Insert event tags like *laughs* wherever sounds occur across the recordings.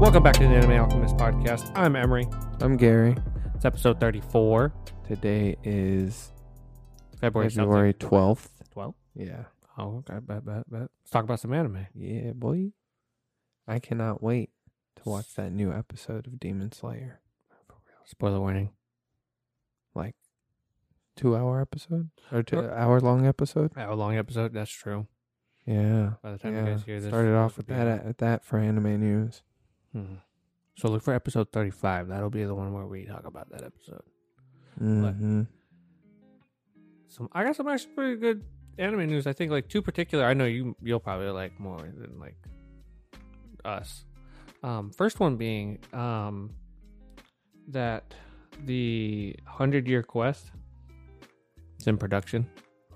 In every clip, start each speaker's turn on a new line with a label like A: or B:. A: Welcome back to the Anime Alchemist podcast. I'm Emery.
B: I'm Gary.
A: It's episode 34,
B: Today is
A: February,
B: February 12th.
A: 12.
B: Yeah.
A: Oh, okay. Bet, bet, bet. Let's talk about some anime.
B: Yeah, boy. I cannot wait to watch that new episode of Demon Slayer.
A: Spoiler warning.
B: Like, two hour episode? Or two
A: Uh,
B: hour long episode?
A: Hour long episode. That's true.
B: Yeah.
A: By the time you
B: Yeah.
A: guys hear this,
B: Started
A: it'll
B: off with
A: be-
B: that, e- at that for anime news.
A: Hmm. So look for episode 35. That'll be the one where we talk about that episode.
B: hmm
A: Some I got some actually pretty good anime news. I think like two particular. I know you you'll probably like more than like us. Um, first one being um, that the hundred year quest is in production.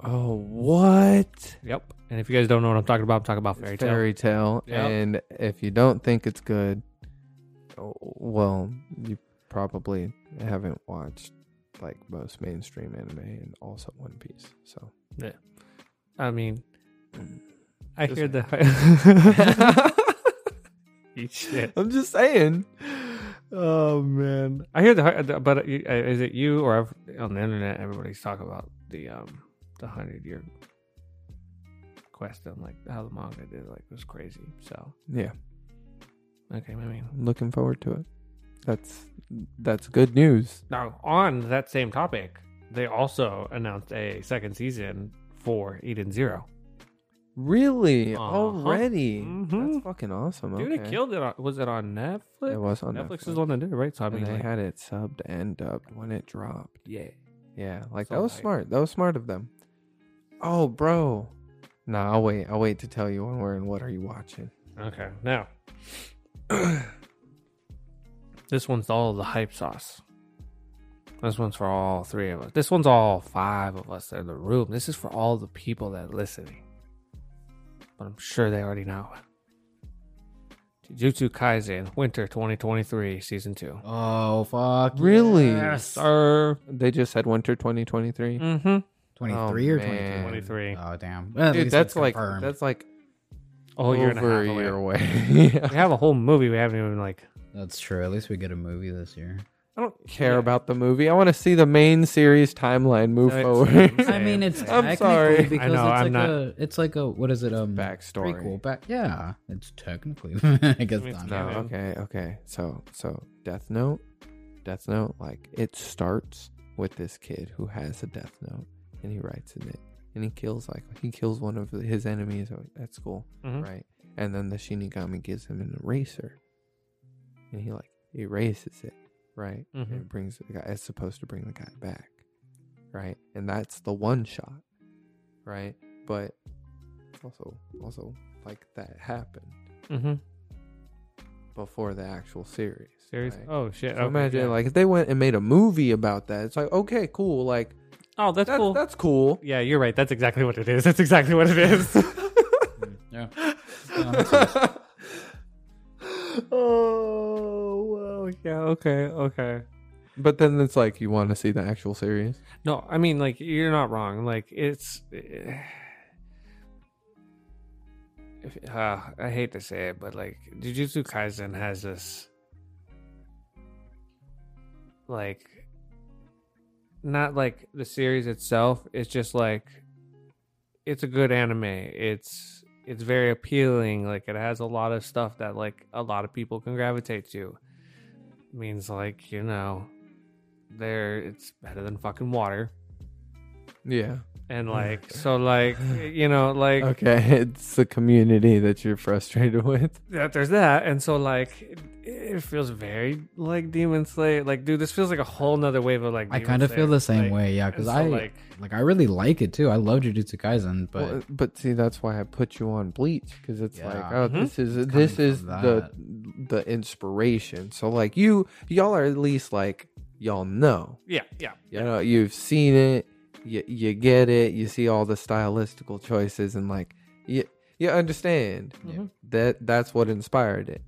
B: Oh, what?
A: Yep. And if you guys don't know what I'm talking about, I'm talking about
B: It's
A: fairy tale.
B: Fairy Tale.
A: Yep.
B: And if you don't think it's good, oh, well, you probably haven't watched like most mainstream anime and also One Piece. So
A: I mean, I
B: Just
A: hear the *laughs* hype. You shit.
B: I'm just saying.
A: Oh man, I hear the hy- the- but uh, you- uh, is it you or I've, on the internet? Everybody's talking about the um the hundred year quest and like how the manga did like was crazy. So
B: Yeah,
A: okay, I mean
B: I'm looking forward to it. That's that's good news.
A: now on that same topic, they also announced a second season for Eden Zero.
B: Really?
A: Uh-huh.
B: Already?
A: Mhm.
B: That's fucking awesome.
A: Dude,
B: okay.
A: it killed it. On, was it on Netflix?
B: It was on
A: Netflix,
B: Netflix.
A: is the one that did it, right? So I
B: and
A: mean,
B: they
A: like,
B: had it subbed and dubbed when it dropped.
A: yeah.
B: Yeah, like
A: So,
B: that was
A: like-
B: smart. That was smart of them. Oh, bro. Nah, I'll wait. I'll wait to tell you when we're in. What are you watching?
A: Okay, now *clears throat* this one's all the hype sauce. This one's for all three of us. This one's all five of us in the room. This is for all the people that are listening. But I'm sure they already know. Jujutsu Kaisen Winter 2023 Season 2.
C: Oh fuck!
B: Really?
C: Yes.
A: Sir.
B: They just said winter 2023.
A: Mm-hmm.
C: Twenty-three
B: Oh,
C: or
B: man.
C: twenty-two?
A: 23.
C: Oh damn! Well, at
B: Dude,
C: least
B: that's
C: it's
B: like
C: confirmed.
B: that's like
A: Oh, you're
B: over
A: a half
B: a year
A: away.
B: away.
A: We *laughs*
B: yeah.
A: have a whole movie we haven't even like.
C: that's true. At least we get a movie this year.
A: I don't
B: Care about the movie? I want to see the main series timeline move
A: Same,
B: forward.
A: *laughs* same.
C: I mean, it's
B: I'm
C: technically
B: sorry.
C: because
A: I know,
C: it's
A: I'm
C: like
A: not-
C: a it's like a what is it um
B: Backstory.
C: prequel back yeah it's technically *laughs* I guess
A: mean, it's
C: not.
B: No,
A: Yeah.
B: okay, okay. So, so Death Note, Death Note, like it starts with this kid who has a Death Note, and he writes in it, and he kills like he kills one of his enemies at- at school,
A: Mhm.
B: right? And then the Shinigami gives him an eraser, and he like erases it, right? And
A: Mhm.
B: it brings the guy. It's supposed to bring the guy back, right? And that's the one shot, right? But also, also like that happened
A: Mhm.
B: before the actual series.
A: Series.
B: right?
A: Oh shit!
B: So
A: okay,
B: imagine
A: yeah.
B: like if they went and made a movie about that. It's like okay, cool. Like
A: oh that's,
B: that's that's
A: cool.
B: cool.
A: Yeah, you're right. That's exactly what it is. That's exactly what it is.
C: yeah
A: *laughs* oh, well, yeah, okay, okay.
B: But then it's like you want to see the actual series.
A: No, I mean, like, you're not wrong. Like, it's. *sighs* If, uh, I hate to say it, but, like, Jujutsu Kaisen has this. Like, not like the series itself. It's just like. It's a good anime. It's. It's very appealing. Like it has a lot of stuff that like a lot of people can gravitate to. Means like you know, there it's better than fucking water
B: Yeah.
A: and like so
C: *sighs*
A: like you know like
B: *laughs* Okay, it's the community that you're frustrated *laughs* with.
A: that there's that and so like it, it feels very like demon slayer like dude this feels like a whole nother wave of like
C: I
A: Demon
C: kind of
A: Slayer.
C: feel the same
A: Like,
C: way yeah
A: and
C: because
A: so,
C: I like,
A: like
C: I really like it too I love Jujutsu Kaisen but
B: Well, but see, that's why I put you on Bleach because it's like,
C: Yeah.
B: oh,
A: Mhm.
B: this is
C: It's
B: this
C: coming
B: is
C: from
B: the the inspiration. So like you, y'all are at least like y'all know.
A: yeah yeah
B: you know you've seen it you, you get it you see all the stylistical choices and like you, you understand
C: Yeah.
A: Mhm.
B: that that's what inspired it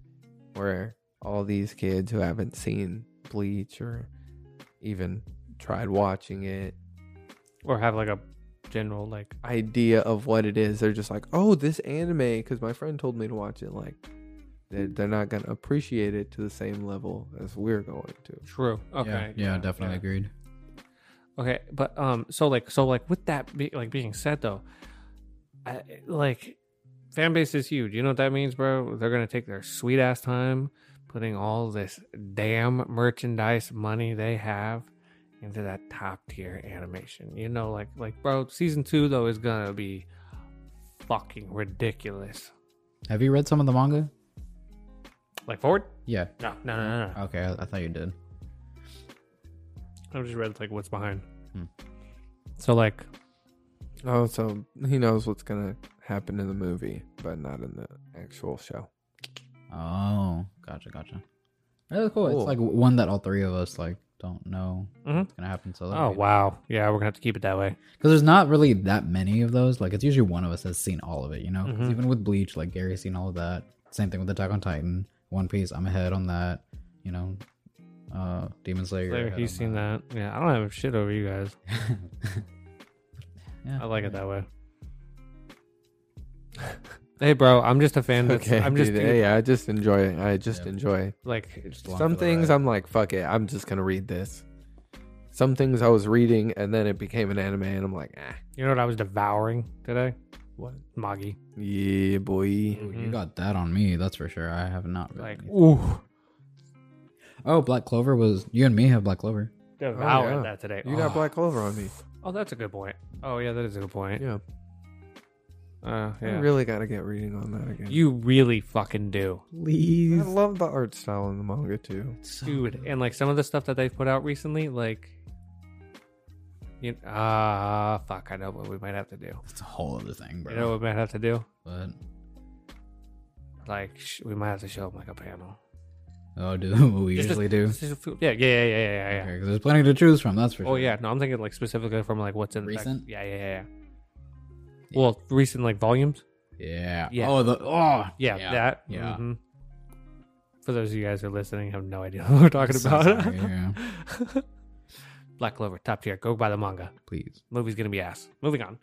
B: where all these kids who haven't seen bleach or even tried watching it
A: or have like a general like
B: idea of what it is they're just like oh this anime because my friend told me to watch it like they're, they're not going to appreciate it to the same level as we're going to.
A: True. Okay.
C: Yeah, yeah, definitely agreed.
A: Okay, but um, so like, so like, with that be, like being said though, I, like, fan base is huge. You know what that means, bro? They're gonna take their sweet ass time putting all this damn merchandise money they have into that top tier animation. You know, like, like, bro, season two though is gonna be fucking ridiculous.
C: Have you read some of the manga?
A: Like forward?
C: Yeah.
A: No, no, no, no. no.
C: Okay, I, I thought you did.
A: I've just read like what's behind.
C: Hmm.
A: So like,
B: Oh, so he knows what's going to happen in the movie, but not in the actual show.
C: Oh, gotcha, gotcha. That's cool.
B: Cool.
C: It's like one that all three of us like don't know
A: Mhm.
C: what's gonna happen. So
A: oh wow, yeah, we're gonna have to keep it that way.
C: because there's not really that many of those. Like it's usually one of us has seen all of it. You know, 'Cause
A: Mhm.
C: even with Bleach, like Gary's seen all of that. Same thing with Attack on Titan, One Piece. I'm ahead on that. You know, uh, Demon Slayer.
A: Later,
C: ahead
A: he's
C: on
A: seen that. Yeah, I don't have shit over you guys.
C: *laughs* yeah,
A: I
C: *laughs*
A: like it that way. *laughs* hey, bro, I'm just a fan. That's,
B: Okay,
A: I'm just
B: dude, yeah, I just enjoy it. I just
C: Yeah.
B: enjoy
A: like,
C: Just along
B: some
C: for the
B: things.
C: ride.
B: I'm like, fuck it, I'm just gonna read this. Some things I was reading and then it became an anime, and I'm like, ah,
A: you know what I was devouring today?
B: what?
A: Magi.
B: Yeah, boy.
C: Ooh,
A: Mhm.
C: You got that on me. That's for sure. I have not. read
A: Like,
C: anything.
A: ooh,
C: oh, Black Clover was you and me have Black Clover.
A: devoured
B: yeah.
A: that today.
B: You
A: oh.
B: got Black Clover on *sighs* me.
A: Oh, that's a good point. Oh yeah, that is a good point.
B: Yeah,
A: Uh,
B: I
A: yeah.
B: really gotta get reading on that again.
A: you really fucking do,
B: I
C: Please,
B: love the art style in the manga too.
A: dude. And like some of the stuff that they've put out recently, like, you ah, fuck, I know what we might have to do.
C: It's a whole other thing, bro.
A: You know what we might have to do?
C: but
A: Like, sh- we might have to show them like a panel.
C: oh, do *laughs* what we
A: Just a-
C: usually do.
A: This is a few- Yeah, yeah, yeah, yeah, yeah, yeah. yeah.
C: Okay, 'cause there's plenty to choose from. That's for sure.
A: Oh yeah, no, I'm thinking like specifically from like what's in
C: Recent?
A: Like, yeah, yeah, yeah, yeah.
C: Yeah.
A: Well, recent like volumes.
C: yeah,
A: Yeah.
C: Oh, the oh,
A: Yeah, that.
C: yeah.
A: mhm. For those of you guys who are listening, have no idea *laughs* what we're talking
C: So
A: about.
C: *laughs* sorry, yeah.
A: *laughs* Black Clover, top tier. Go buy the manga.
C: Please,
A: Movie's gonna be ass. Moving on.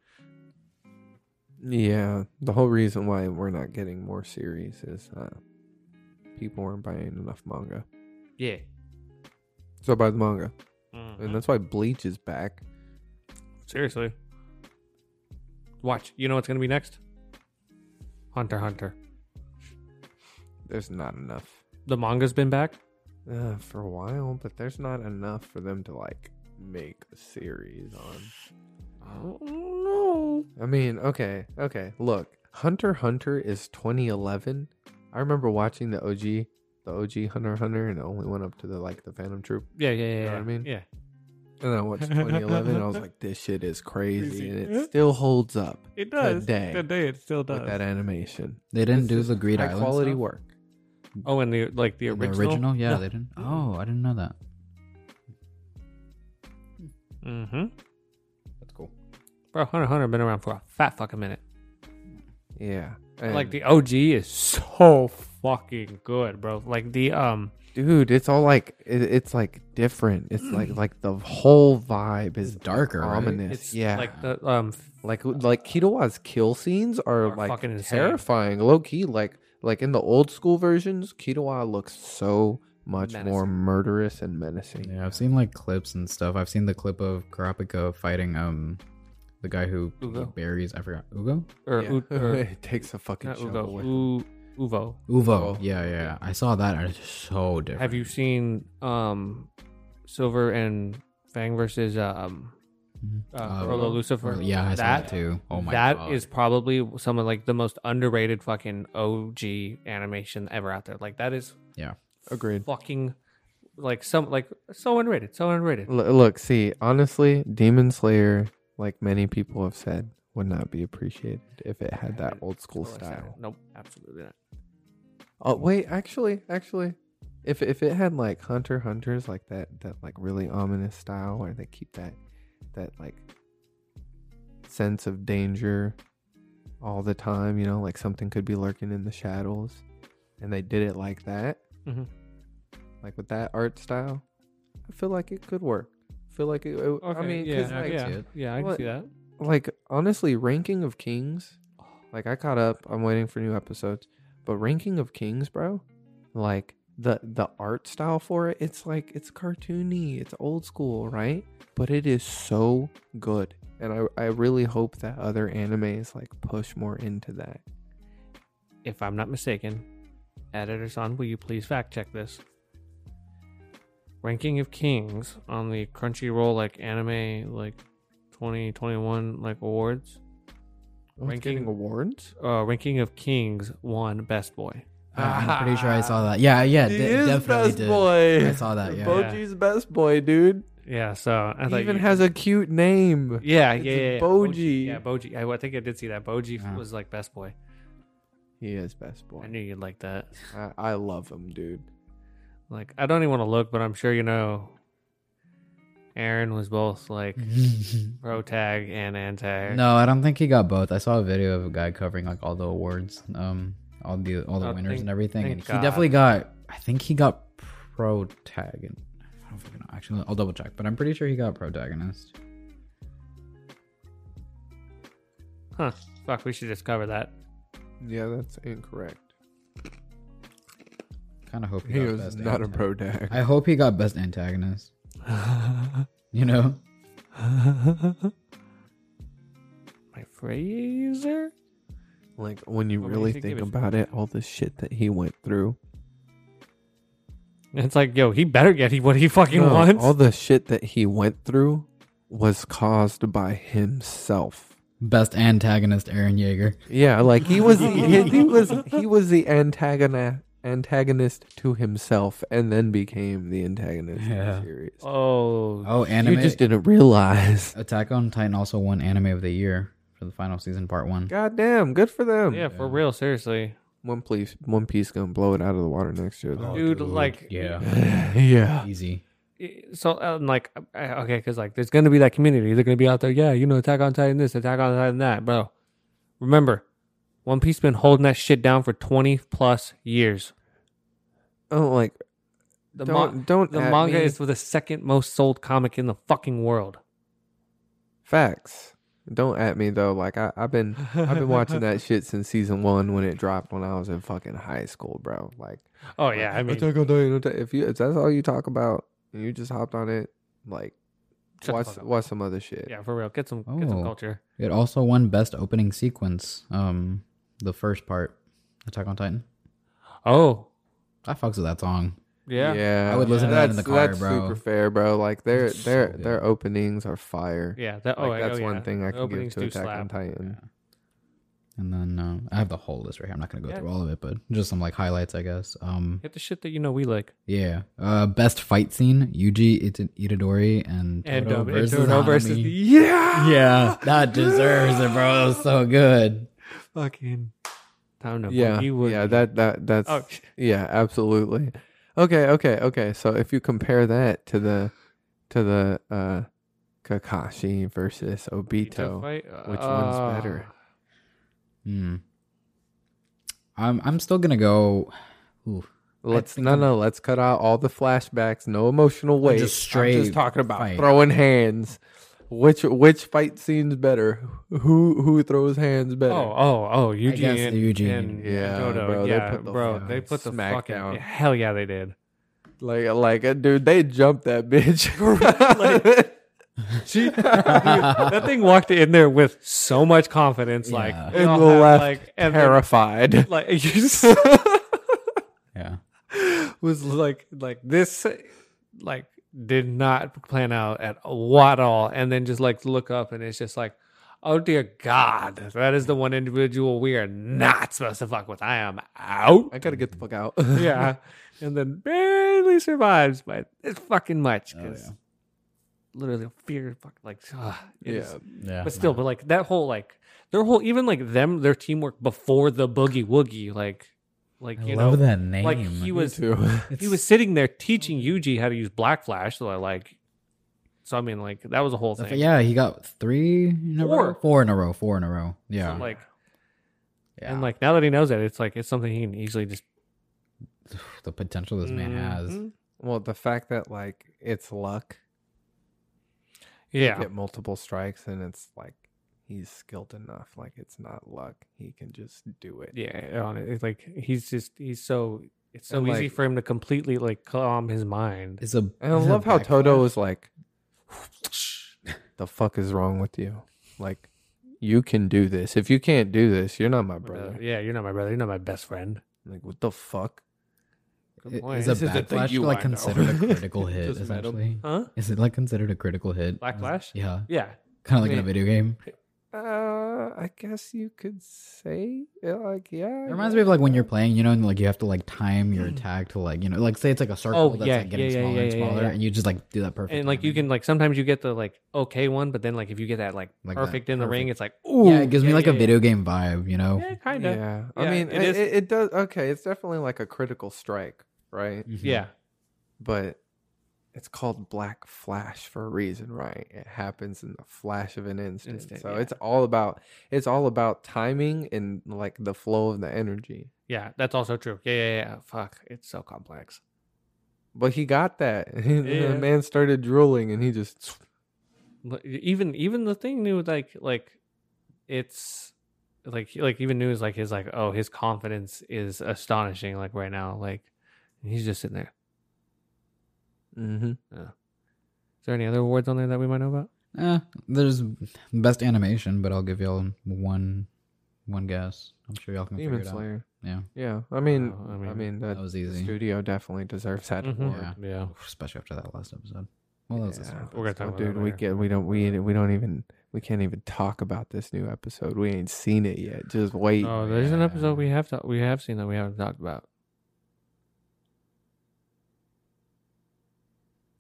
B: Yeah, the whole reason why we're not getting more series is uh, people weren't buying enough manga,
A: Yeah.
B: so buy the manga, and
A: Mhm.
B: that's why Bleach is back.
A: Seriously. Watch. You know what's gonna be next? Hunter x Hunter.
B: There's not enough.
A: The manga's been back.
B: uh, for a while, but there's not enough for them to like make a series on.
C: Oh.
A: No.
B: I mean, okay, okay. Look, Hunter x Hunter is 2011. I remember watching the OG, the OG Hunter x Hunter, and it only went up to the like the Phantom Troop.
A: Yeah, yeah, yeah.
B: know
A: yeah.
B: what I mean?
A: yeah.
B: And then I watched 2011, and I was like, this shit is crazy,
A: Crazy.
B: and it still holds up
A: It
B: does.
A: does.
B: Today.
A: Today it still does.
B: with that uh, animation.
C: they didn't
B: It's
C: do
B: just
C: the Greed
B: High
C: Island
B: quality
C: stuff?
B: work.
A: Oh, and the like the
C: The
A: original.
C: Yeah,
A: No.
C: they didn't. Oh, I didn't know that.
A: Mm-hmm.
C: That's cool.
A: Bro, Hunter x Hunter been around for a fat fucking minute.
B: Yeah,
A: Like
B: and-
A: the OG is so fucking good, bro. Like the um,
B: dude, it's all like it, it's like different. It's like
A: Mm.
B: like the whole vibe
C: It's
B: is
C: darker. right?
B: ominous.
A: it's
B: yeah,
A: like the um,
B: Like like Kitawa's kill scenes are,
A: Are
B: like
A: fucking insane.
B: terrifying. Low key, like like in the old school versions, Kitawa looks so much more murderous and menacing.
C: Yeah, I've seen like clips and stuff. I've seen the clip of Karapika fighting um the guy who
A: Ugo?
C: buries. I forgot Ugo.
A: or,
B: *laughs* Yeah.
A: U- or
B: it takes a fucking
A: not
B: shovel.
A: Ugo,
B: with-
A: U- Uvo.
C: Uvo.
B: Uvo.
C: uh, Yeah, yeah. I saw that. and It's so different.
A: Have you seen um, Silver and Fang versus um,
C: Mhm.
A: uh, Rolo Lucifer?
C: Or- Yeah, I saw that, too. Oh my
A: That
C: god.
A: is probably some of like the most underrated fucking OG animation ever out there. Like that is
B: *laughs* Agreed.
A: fucking like some like so underrated, so underrated.
B: L- look, see, honestly, Demon Slayer, like many people have said, would not be appreciated if it had that old school
A: Totally sad.
B: style.
A: Nope, absolutely not.
B: Oh wait, actually, actually, if if it had like Hunter x Hunters like that that like really ominous style where they keep that that like sense of danger all the time, you know, like something could be lurking in the shadows, and they did it like that,
A: Mhm.
B: like with that art style, I feel like it could work. I feel like it. it- I
A: Okay,
B: mean, 'cause,
A: yeah, uh,
B: like,
A: yeah,
C: see it.
A: yeah, I can
B: Well,
A: see that.
B: like honestly ranking of kings like i caught up i'm waiting for new episodes But Ranking of Kings, bro, like the the art style for it, it's like it's cartoony, it's old school, right? But it is so good. And I, I really hope that other animes like push more into that.
A: If I'm not mistaken, editor son, will you please fact check this? Ranking of Kings on the Crunchyroll like anime like 2021 like awards.
B: Oh, it's getting
A: Ranking-
B: awards?
A: Uh, Ranking of Kings won Best Boy.
C: I'm pretty sure I saw
B: *laughs*
C: that. Yeah, yeah,
B: He
C: de-
B: is
C: definitely
B: best
C: did.
B: boy.
C: I saw that. Yeah,
B: Boji's best boy, dude.
A: Yeah, so I
B: He
A: thought
B: even
A: you-
B: has a cute name. *laughs*
A: yeah,
B: it's
A: yeah, yeah, yeah.
B: Boji.
A: Yeah, Boji. I, I think I did see that. Boji
C: Yeah.
A: was like Best Boy.
B: He is best
A: I
B: boy.
A: knew you'd like that.
B: I, I love him, dude.
A: Like I don't even want to look, but I'm sure you know. Aaron was both like
B: Mm-hmm.
A: pro tag and anti.
C: *laughs* no, I don't think he got both. I saw a video of a guy covering like all the awards, um, all the all the
A: Oh,
C: winners
A: thank-
C: and everything,
A: thank
C: and he
A: God.
C: definitely got. I think he got protagonist. I don't fucking know. Actually, I'll double check, but I'm pretty sure he got protagonist.
A: Huh. Fuck, we should just cover that.
B: *laughs* Yeah, that's incorrect.
C: Kind of hope he,
B: He
C: got
B: was
C: best
B: not a
C: antagonist.
B: pro dag.
C: I hope he got best antagonist. You know, *laughs*
A: My Fraser?
B: Like when you
A: What do you
B: really
A: think he
B: think
A: was-
B: about it, all the shit that he went through,
A: It's like, yo, he better get he what he fucking
B: No,
A: wants.
B: all the shit that he went through was caused by himself.
C: best antagonist Aaron Yeager.
B: Yeah, like he was he, he was he was the antagonist antagonist to himself, and then became the antagonist of
C: Yeah.
B: the series.
A: oh,
C: Oh,
B: You
C: anime.
B: just didn't
A: *laughs*
B: realize.
C: Attack on Titan also won Anime of the Year for the final season, part one.
B: God damn, good for them.
A: yeah, for
C: yeah.
A: real, seriously.
B: One piece, One Piece gonna blow it out of the water next year, though.
C: Oh,
A: dude, *sighs*
C: dude,
A: like
C: yeah.
B: yeah.
C: Easy.
A: so um, like I- okay because like there's gonna be that community they're gonna be out there yeah you know attack on titan this attack on titan that bro remember one piece been holding that shit down for 20 plus years
B: Oh, like
A: the,
B: don't
A: mon-
B: don't
A: the
B: at
A: manga
B: me.
A: is the second most sold comic in the fucking world
B: Facts. Don't at me though. Like I, I've been I've been watching
A: *laughs*
B: that shit since season one when it dropped when I was in fucking high school, bro. Like
A: oh yeah
B: *laughs*
A: i mean
B: Attack on Titan, Attack- if you if that's all you talk about and you just hopped on it, like
A: shut the
B: watch
A: fuck up.
B: watch some other shit.
A: yeah for real get some get some
C: Oh.
A: culture
C: It also won best opening sequence. Um, the first part, Attack on Titan.
A: oh
C: I fucks with that song.
A: yeah, yeah
C: I would listen to that in the
B: That's-
C: car,
B: that's
C: bro.
B: super fair, bro. Like their
C: It's so
B: their
C: good.
B: their openings are fire.
A: that, oh,
B: Like, that's
A: oh,
B: one
A: yeah.
B: thing
A: The
B: I can give
A: openings
B: to
A: do
B: Attack on
A: slap.
B: Titan.
C: And then um, I have the whole list right here. I'm not gonna go
A: Yeah.
C: through all of it, but just some like highlights, I guess. Um,
A: Get the shit that you know we like.
C: yeah. Uh, best fight scene: Yuji Ita- Itadori and
A: And
C: Totoro
A: um,
C: versus,
A: Totoro versus
C: Hanami.
A: yeah,
C: Yeah, that deserves it, bro. That was so good.
A: fucking. I don't know.
B: Yeah,
A: you would.
B: yeah, that that that's
A: Oh,
B: Yeah, absolutely. Okay, okay, okay. So if you compare that to the to the uh Kakashi versus Obito,
A: Which
B: which one's better?
C: Hmm. I'm I'm still gonna go. Ooh,
B: let's
C: think
B: no
C: I'm-
B: no, let's cut out all the flashbacks, no emotional weight.
C: just
B: I'm
C: straight
B: just talking about
C: fight.
B: throwing hands. Which which fight scene's better? Who who throws hands better?
A: Oh, oh, oh, Eugene
C: guess
A: and,
C: Eugene.
A: and
B: Yeah,
A: Dodo.
B: bro, they
A: yeah,
B: put the
A: bro,
B: fucking
A: they put the
B: smack
A: fucking
B: down.
A: hell yeah, they did. *laughs*
B: Like like uh, dude, they jumped that bitch. *laughs* like,
A: She, that thing walked in there with so much confidence, like
C: Yeah.
A: they
B: And
A: all
B: the
A: had,
B: left
A: like and then, *laughs*
B: terrified.
A: like you
B: *laughs*
A: s-
C: yeah.
A: was like like this, like did not plan out at what all, and then just like look up and it's just like. Oh dear God! That is the one individual we are not supposed to fuck with. I am out.
B: I gotta get the fuck out. *laughs*
A: yeah, and then barely survives by it's fucking much
C: Oh,
A: because literally fear, fuck, like *sighs* ah, it
B: yeah.
A: is-
C: Yeah.
A: But still, but like that whole like their whole even like them their teamwork before the boogie woogie like like
C: I
A: you
C: love
A: know
C: that name.
A: like he was
C: *laughs*
B: too.
A: he was sitting there teaching Yuji how to use Black Flash. So I like so I mean like that was a whole thing.
C: Yeah, he got three in a row.
A: Four.
C: Four in a row. Four in a row.
A: So,
C: Yeah.
A: like
C: yeah.
A: and like now that he knows that it's like it's something he can easily just
C: *sighs* the potential this man has.
A: Mhm.
B: Well, the fact that like it's luck,
A: Yeah,
B: get multiple strikes, and it's like he's skilled enough. Like it's not luck. He can just do it.
A: yeah on it it's like he's just he's so it's so
B: And,
A: easy
B: like-
A: for him to completely like calm his mind
C: It's a.
B: And I
C: it's a
B: love how Toto
C: backflip.
B: is like, the fuck is wrong with you? Like, you can do this. If you can't do this, you're not my
C: uh,
B: brother.
A: brother yeah you're not my brother you're not my best friend
B: Like, what the fuck?
A: Good
C: It-
A: point. *laughs*
C: Is a
B: This is the thing
C: backlash
B: you
C: like
B: I know.
C: considered a critical hit?
B: Just met 'em.
C: essentially,
A: huh
C: is it like considered a critical hit?
A: Backlash?
C: Yeah,
A: yeah
C: kind of like in a
B: Yeah.
C: video game.
B: Uh, I guess you could say yeah, like, yeah.
C: It reminds me of like when you're playing, you know, and like you have to like time your attack to like you know, like say it's like a circle
A: Mm. Oh,
C: that's
A: yeah,
C: like getting
A: yeah, yeah,
C: smaller and
A: yeah, yeah,
C: smaller,
A: yeah.
C: and you just like do that perfect.
A: and like you
C: timing.
A: can like sometimes you get the like okay one but then like if you get that like,
C: Like that
A: perfect in the ring
C: perfect-
A: it's like ooh
C: yeah, it gives me like
A: yeah,
C: a video game vibe, you know.
A: yeah, yeah kind of yeah.
B: Yeah, I mean,
A: it
B: it,
A: is-
B: it, it does. Okay, it's definitely like a critical strike, right?
C: Mhm.
B: But it's called Black Flash for a reason, right? It happens in the flash of an instant.
A: Instant,
B: so
A: yeah.
B: it's all about it's all about timing and like the flow of the energy.
A: yeah that's also true yeah yeah yeah fuck it's so complex
B: But he got that. *laughs*
A: Yeah.
B: the man started drooling, and he just
A: L- e, even even the thing knew like like it's like he- like even knew is like his like oh his confidence is astonishing like right now like and he's just sitting there Mm-hmm.
B: Mhm.
A: is there any other awards on there that we might know about
C: Eh, there's best animation, but I'll give y'all one one guess. I'm sure y'all can
B: Demon
C: figure it out.
B: Slayer.
C: Yeah,
B: Yeah, I mean,
A: Wow,
B: I
A: I
B: mean,
A: mean,
B: that,
C: that was easy.
B: studio definitely deserves that
A: Mhm.
B: award.
C: Yeah.
A: yeah
C: Especially after that last episode. Well, that was the
B: Yeah.
C: start, but
A: We're gonna talk
B: Oh,
C: still.
A: about that
B: dude, we
A: later.
B: get we don't we we don't even we can't even talk about this new episode. We ain't seen it yet. Just wait.
A: oh there's an episode
C: yeah.
A: we have to we have seen that we haven't talked about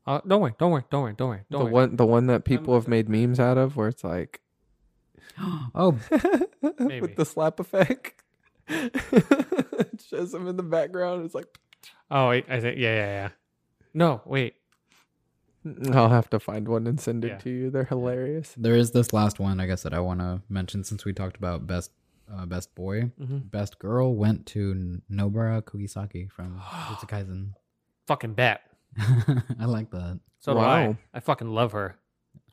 A: uh, don't worry don't worry don't worry don't worry
B: the
A: don't worry
B: one the one that people have made memes out of, where it's like *laughs*
C: *gasps* Oh,
A: Maybe.
B: with the slap effect. *laughs* It shows him in the background. It's like
A: oh I, I think yeah yeah yeah no wait
B: "Mm, I'll have to find one and send it
A: Yeah.
B: to you. They're hilarious.
C: there is this last one, I guess, that I want to mention since we talked about best uh, best boy.
A: hmm
C: Best girl went to N- Nobara
B: *gasps*
C: Kugisaki from Jujutsu
A: fucking bet
C: Kaisen. *laughs* I like that.
A: so do
B: Wow.
A: I I fucking love her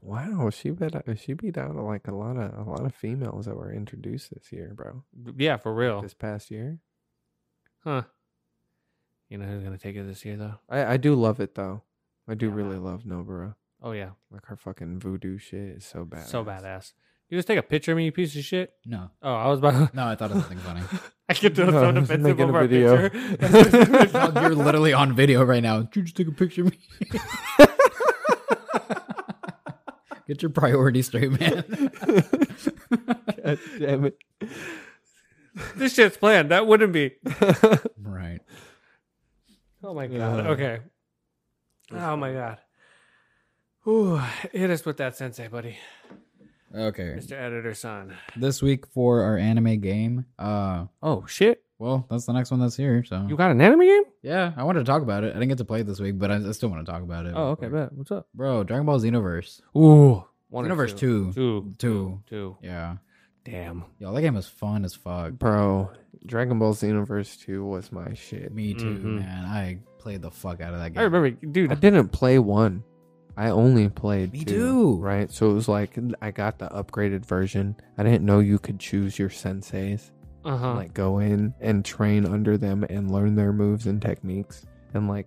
B: Wow, she bet she beat out like a lot of a lot of females that were introduced this year, bro.
A: yeah for real
B: This past year.
A: Huh. You know who's gonna take it this year though?
B: I, I do love it though. I do
A: Yeah.
B: really love Nobara.
A: Oh yeah.
B: Like her fucking voodoo shit is so bad.
A: So badass. You just take a picture of me, you piece of shit.
C: No,
A: Oh, I was
C: *laughs*
A: about
C: no, I thought it was
B: *laughs*
C: something funny.
A: *laughs* I get to
B: No,
A: no,
B: I'm
A: defensive
B: making a
A: over a,
B: video.
A: picture. That's just-
C: No, You're literally on video right now. Could you just take a picture of me? Get your priorities straight, man. *laughs*
B: God *laughs* damn it.
A: *laughs* this shit's planned. That wouldn't *laughs* be.
C: right.
A: Oh my god.
B: Yeah.
A: Okay. Oh my god. Ooh, hit us with that sensei, buddy.
C: Okay.
A: Mr. Editor son.
C: This week for our anime game. Uh,
A: Oh shit.
C: well, that's the next one that's here. So
A: You got an anime game?
C: yeah, I wanted to talk about it. I didn't get to play it this week, but I, I still want to talk about it.
A: Oh, okay,
C: Like,
A: bet. What's up?
C: bro, Dragon Ball Xenoverse.
A: Ooh. One or
C: Xenoverse two.
A: Two.
C: Two.
A: Two.
C: Yeah.
A: Damn.
C: Yo, that game is fun as fuck.
B: Bro, Dragon Ball Xenoverse 2 was my shit.
C: Me too,
A: Mhm.
C: man. I played the fuck out of that game.
A: I remember
B: I
A: dude.
B: didn't play one. I only played
C: Me
B: two,
C: too.
B: Right? So it was like I got the upgraded version. I didn't know you could choose your senseis.
A: Uh huh.
B: and, like go in and train under them and learn their moves and techniques and like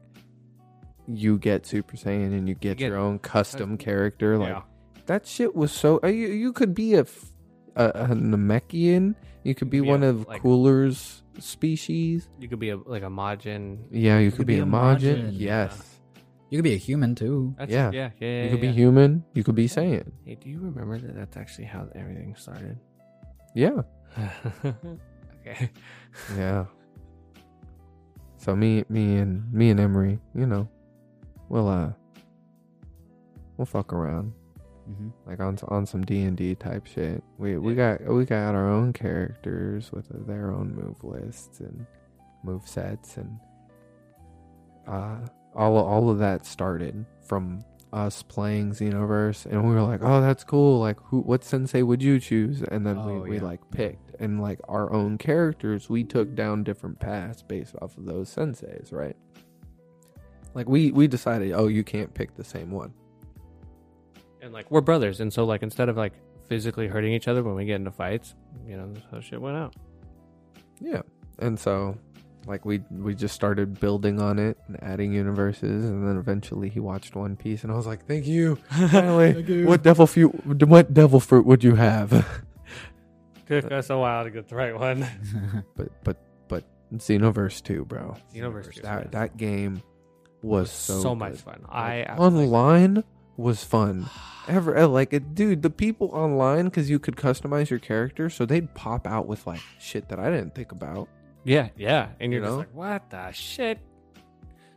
B: you get Super Saiyan and you get,
A: get-
B: your own custom character. Like
A: yeah.
B: that shit was so uh, you, you could be a, f- a, a Namekian. You could be,
A: be a,
B: one of
A: like-
B: Cooler's species.
A: You could be a like a Majin.
B: Yeah, you, could, be,
C: be
B: a
C: a
B: Majin.
C: Majin.
B: Yes,
C: You could be a human too.
A: That's,
B: Yeah.
A: yeah, yeah, yeah.
B: you could
A: yeah.
B: be human. You could be Saiyan.
A: Hey, do you remember that that's actually how everything started? *laughs*
B: Yeah,
A: okay.
B: yeah. So me, me and me and Emery, you know, we'll uh, we'll fuck around
C: Mm-hmm.
B: like on on some D and D type shit. We we got we got our own characters with their own move lists and move sets and uh all all of that started from us playing Xenoverse and we were like, oh that's cool. Like who what sensei would you choose? And then we,
C: Oh,
B: we
C: yeah.
B: like picked and like our own characters we took down different paths based off of those senseis, right? Like we we decided, oh you can't pick the same one.
A: And like we're brothers, and so like instead of like physically hurting each other when we get into fights. You know, that's how shit went out.
B: Yeah. And so like we we just started building on it and adding universes and then eventually he watched One Piece and I was like, "Thank you." Finally.
C: *laughs* Thank you.
B: What devil fruit what devil fruit would you have? *laughs*
A: Took us a while to get the right *laughs* one.
B: but but but Xenoverse 2, bro.
A: Universe.
B: That that game was so
A: so, much
B: good.
A: fun. I
B: Like,
A: absolutely-
B: online was fun. Ever uh, like it, dude, the people online because you could customize your character, so they'd pop out with like shit that I didn't think about.
A: Yeah, yeah. And you're
B: You
A: just
B: know?
A: like, what the shit?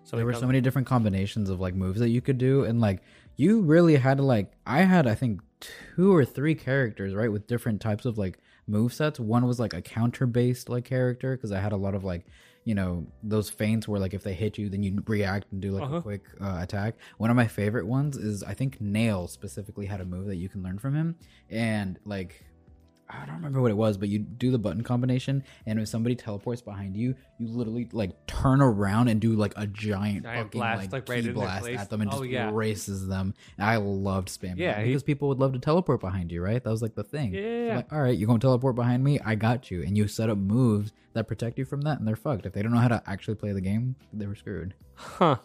A: So
C: there were so many different combinations of like moves that you could do and like you really had to like i had i think two or three characters right with different types of like move sets one was like a counter based like character because i had a lot of like you know those feints where like if they hit you then you react and do like
A: Uh-huh.
C: a quick uh, attack one of my favorite ones is i think nail specifically had a move that you can learn from him and like I don't remember what it was, but you do the button combination, and if somebody teleports behind you, you literally like turn around and do like a giant,
A: Giant
C: fucking
A: blast,
C: like,
A: like, right
C: key
A: in their
C: blast
A: face.
C: at them and
A: Oh,
C: just
A: yeah.
C: erases them. And I loved spamming
A: Yeah,
C: that
A: he-
C: because people would love to teleport behind you, right? That was like the thing.
A: Yeah, yeah,
C: So,
A: yeah.
C: like, all right, you're gonna teleport behind me. I got you, and you set up moves that protect you from that, and they're fucked. If they don't know how to actually play the game, they were screwed.
A: *laughs* Huh.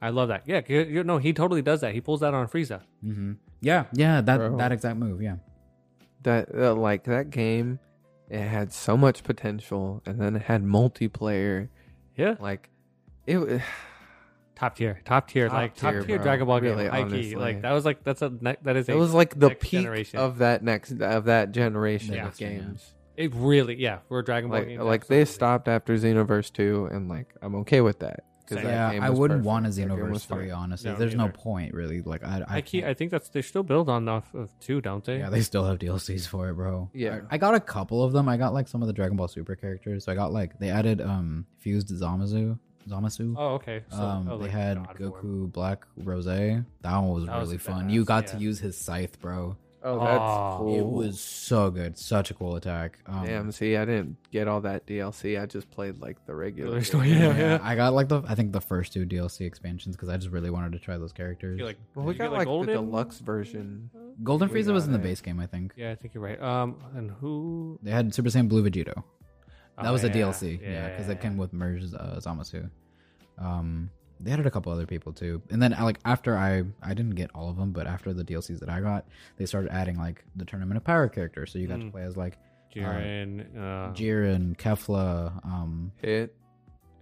A: I love that. Yeah, you, you, no, he totally does that. He pulls that on Frieza.
C: Mm-hmm. Yeah, yeah, that
B: Bro.
C: that exact move. Yeah,
B: That uh, like that game, it had so much potential, and then it had multiplayer.
A: Yeah.
B: Like it, w- *sighs*
A: Top tier, top tier,
B: Top
A: like
B: tier,
A: top tier
B: bro.
A: Dragon Ball game.
B: Really,
A: Ike,
B: honestly.
A: like that was like that's a ne- that is
B: it
A: a
B: was like the
A: next
B: peak
A: generation.
B: of that next of that generation
A: Yeah.
B: of games.
A: it really yeah for a Dragon Ball
B: Like
A: game.
B: like they
A: absolutely.
B: stopped after Xenoverse two, and like I'm okay with that. 'cause
A: Same.
B: that
C: yeah.
B: game
C: I
B: was
C: wouldn't
B: perfect.
C: want a
B: That game was
C: Xenoverse
B: fun.
C: three, honestly.
A: No,
C: There's no
A: neither.
C: point really. Like I, I,
A: I keep, I think that's they still build on off of two, don't they?
C: Yeah, they still have DLCs for it, bro.
B: Yeah.
C: I, I got a couple of them. I got like some of the Dragon Ball Super characters. So I got like they added um fused Zamasu, Zamasu.
A: Oh, okay. So,
C: um,
A: oh,
C: they
A: like
C: had
A: God
C: Goku
A: form.
C: Black Rose. That one was
A: That was
C: really fun. You
A: badass,
C: got
A: yeah.
C: to use his scythe, bro.
B: Oh, that's
A: Aw.
B: cool.
C: It was so good. Such a cool attack. Um,
B: Damn, see, I didn't get all that DLC. I just played like the regular.
A: There's no- *laughs*
B: game.
A: yeah,
C: yeah,
A: yeah.
C: I got like the I think the first two DLC expansions because I just really wanted to try those characters.
A: You like,
B: Well, we
A: you
B: got
A: get,
B: like, the
A: Golden?
B: deluxe version.
C: Golden
B: we
C: Frieza was
B: got
C: in the
B: it.
C: base game, I think.
A: Yeah, I think you're right. Um, and who?
C: They had Super Saiyan Blue Vegito. That
A: Oh,
C: was a
A: yeah,
C: DLC, yeah, because that came with merged uh, Zamasu. Um, they added a couple other people too, and then uh, like after I I didn't get all of them, but after the DLCs that I got, they started adding like the Tournament of Power characters. So you got to
A: Mm.
C: play as like
A: Jiren. Uh,
C: Jiren, Kefla. Um,
B: Hit.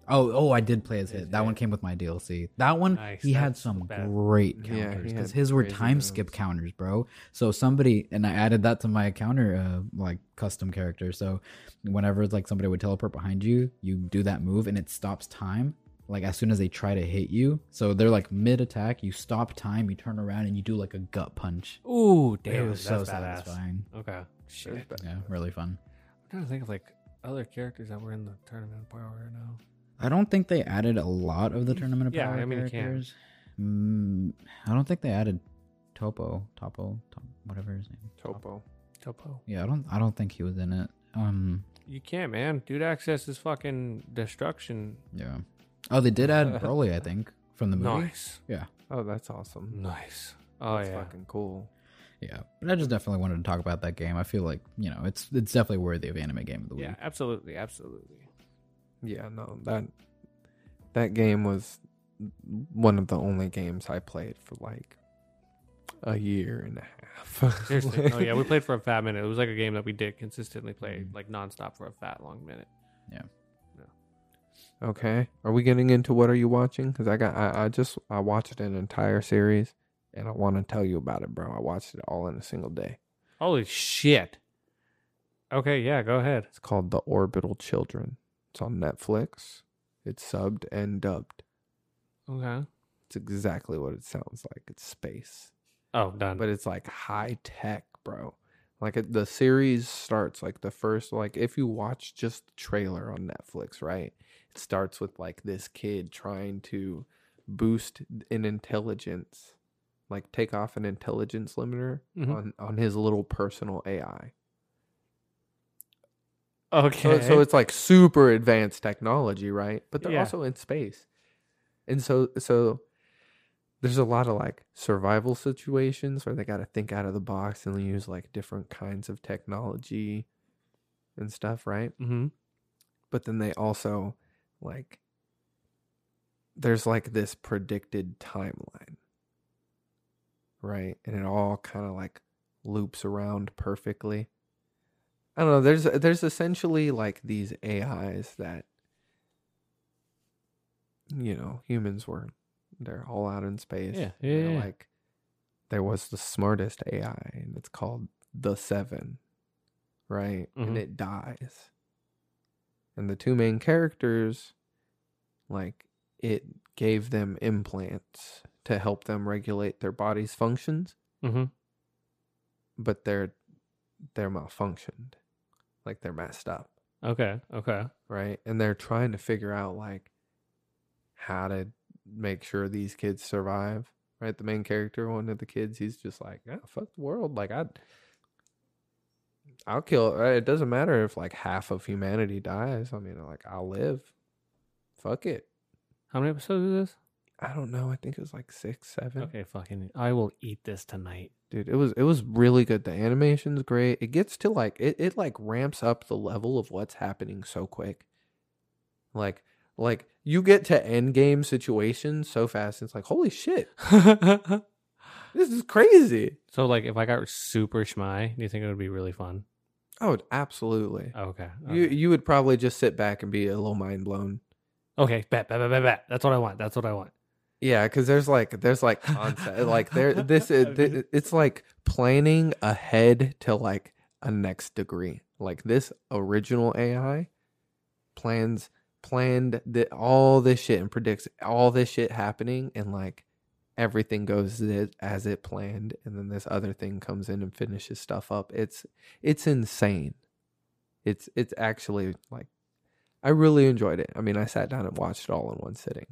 C: oh oh, I did play as
A: His
C: hit. That
A: hit.
C: one came with my DLC. That one
A: Nice,
C: he had
A: that's the
C: some
A: best.
C: great
B: Yeah, he
C: counters
B: had
C: because his were
B: crazy
C: time skip
B: moves.
C: counters, bro. So somebody and I added that to my counter uh, like custom character. So whenever like somebody would teleport behind you, you do that move and it stops time. Like as soon as they try to hit you, so they're like mid attack, you stop time, you turn around and you do like a gut punch.
A: Ooh, damn,
C: it was so
A: that's badass.
C: satisfying.
A: Okay,
B: There's
A: shit.
B: ba-
C: Yeah, really fun.
A: I'm trying to think of like other characters that were in the tournament of power right now.
C: I don't think they added a lot of the tournament of
A: Yeah,
C: power
A: I mean, you can.
C: characters. Mm, I don't think they added Topo, Topo, Top, whatever his name.
B: Topo.
A: Topo.
C: Yeah, I don't. I don't think he was in it. Um,
A: You can't, man. Dude, access is fucking destruction.
C: yeah. Oh, they did add Broly, I think, from the movie.
A: Nice,
B: Oh, that's awesome.
A: nice. Oh
B: that's
A: yeah.
B: fucking cool.
C: Yeah, but I just definitely wanted to talk about that game. I feel like you know, it's it's definitely worthy of anime game of the week.
A: Yeah, absolutely, absolutely.
B: Yeah, no, that that game was one of the only games I played for like a year and a half.
A: Seriously.
B: *laughs* Like-
A: oh yeah, we played for a fat minute. It was like a game that we did consistently play
B: Mm-hmm.
C: Mhm.
A: like nonstop for a fat long minute.
B: Okay. Are we getting into what are you watching? Because I got I, I just I watched an entire series and I want to tell you about it, bro. I watched it all in a single day.
A: Holy shit. Okay, yeah, go ahead.
B: It's called The Orbital Children. It's on Netflix. It's subbed and dubbed.
A: Okay.
B: It's exactly what it sounds like. It's space,
A: Oh, done.
B: but it's like high tech, bro. Like it, the series starts like the first like if you watch just the trailer on Netflix, right? It starts with like this kid trying to boost an intelligence, like take off an intelligence limiter
A: Mhm.
B: on on his little personal AI.
A: okay.
B: So, so it's like super advanced technology, right? But they're
A: Yeah.
B: also in space. And so so there's a lot of like survival situations where they got to think out of the box and use like different kinds of technology and stuff, right?
A: Mm-hmm.
B: But then they also like there's like this predicted timeline, right? And it all kind of like loops around perfectly. I don't know. There's there's essentially like these AIs that you know humans were they're all out in space.
A: Yeah,
B: and they're
A: yeah, yeah.
B: Like there was the smartest AI, and it's called the Seven, right?
A: Mhm.
B: And it dies, and the two main characters, like it gave them implants to help them regulate their body's functions
A: Mm-hmm.
B: but they're they're malfunctioned like they're messed up
A: Okay. Okay.
B: right and they're trying to figure out like how to make sure these kids survive right the main character one of the kids he's just like yeah fuck the world like i i'll kill uh, it doesn't matter if like half of humanity dies i mean like i'll live fuck it
A: How many episodes is this?
B: i don't know i think it was like six seven
A: Okay, fucking. I will eat this
B: *laughs*
A: tonight.
B: dude it was it was really good the animation's great it gets to like it, it like ramps up the level of what's happening so quick like like you get to end game situations so fast it's like holy shit this is crazy
A: so, like, if I got super schmy, do you think it would be really fun?
B: oh absolutely Uh,
A: Okay.
B: you
A: okay.
B: you would probably just sit back and be a little mind blown
A: Okay, bet, bet, bet, bet, bet. That's what I want. That's what I want.
B: yeah because there's like there's like concept like there this is th- it's like planning ahead to like a next degree like this original ai plans planned that all this shit and predicts all this shit happening and like everything goes as it- as it planned and then this other thing comes in and finishes stuff up it's it's insane it's it's actually like i really enjoyed it i mean i sat down and watched it all in one sitting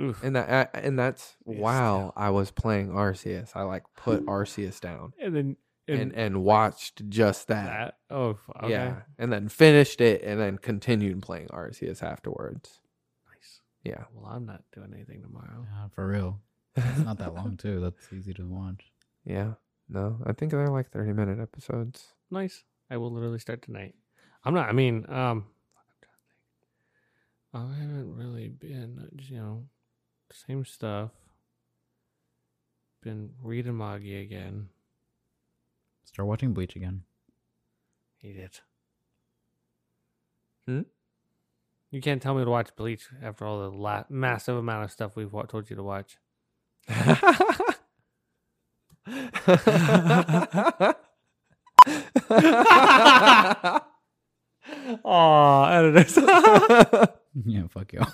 A: Oof.
B: and that I, and that's
A: Yes.
B: wow. I was playing Arceus. I like
A: *gasps*
B: put Arceus down
A: And then and,
B: and and watched just that.
A: that. Oh, f- okay.
B: Yeah, and then finished it and then continued playing Arceus afterwards.
A: Nice.
B: Yeah,
A: Well, I'm not doing anything tomorrow.
C: Yeah, for real. It's not
B: *laughs*
C: that long too. That's easy to watch.
B: yeah. No, I think they're like thirty minute episodes.
A: Nice. I will literally start tonight. I'm not. I mean, um, I haven't really been, you know, same stuff. Been reading Magi again.
C: Start watching Bleach again. *laughs*
A: Hate it.
B: Hmm?
A: You can't tell me to watch Bleach after all the la- massive amount of stuff we've wa- told you to *laughs* watch. Oh, editors. *laughs*
C: yeah, fuck y'all.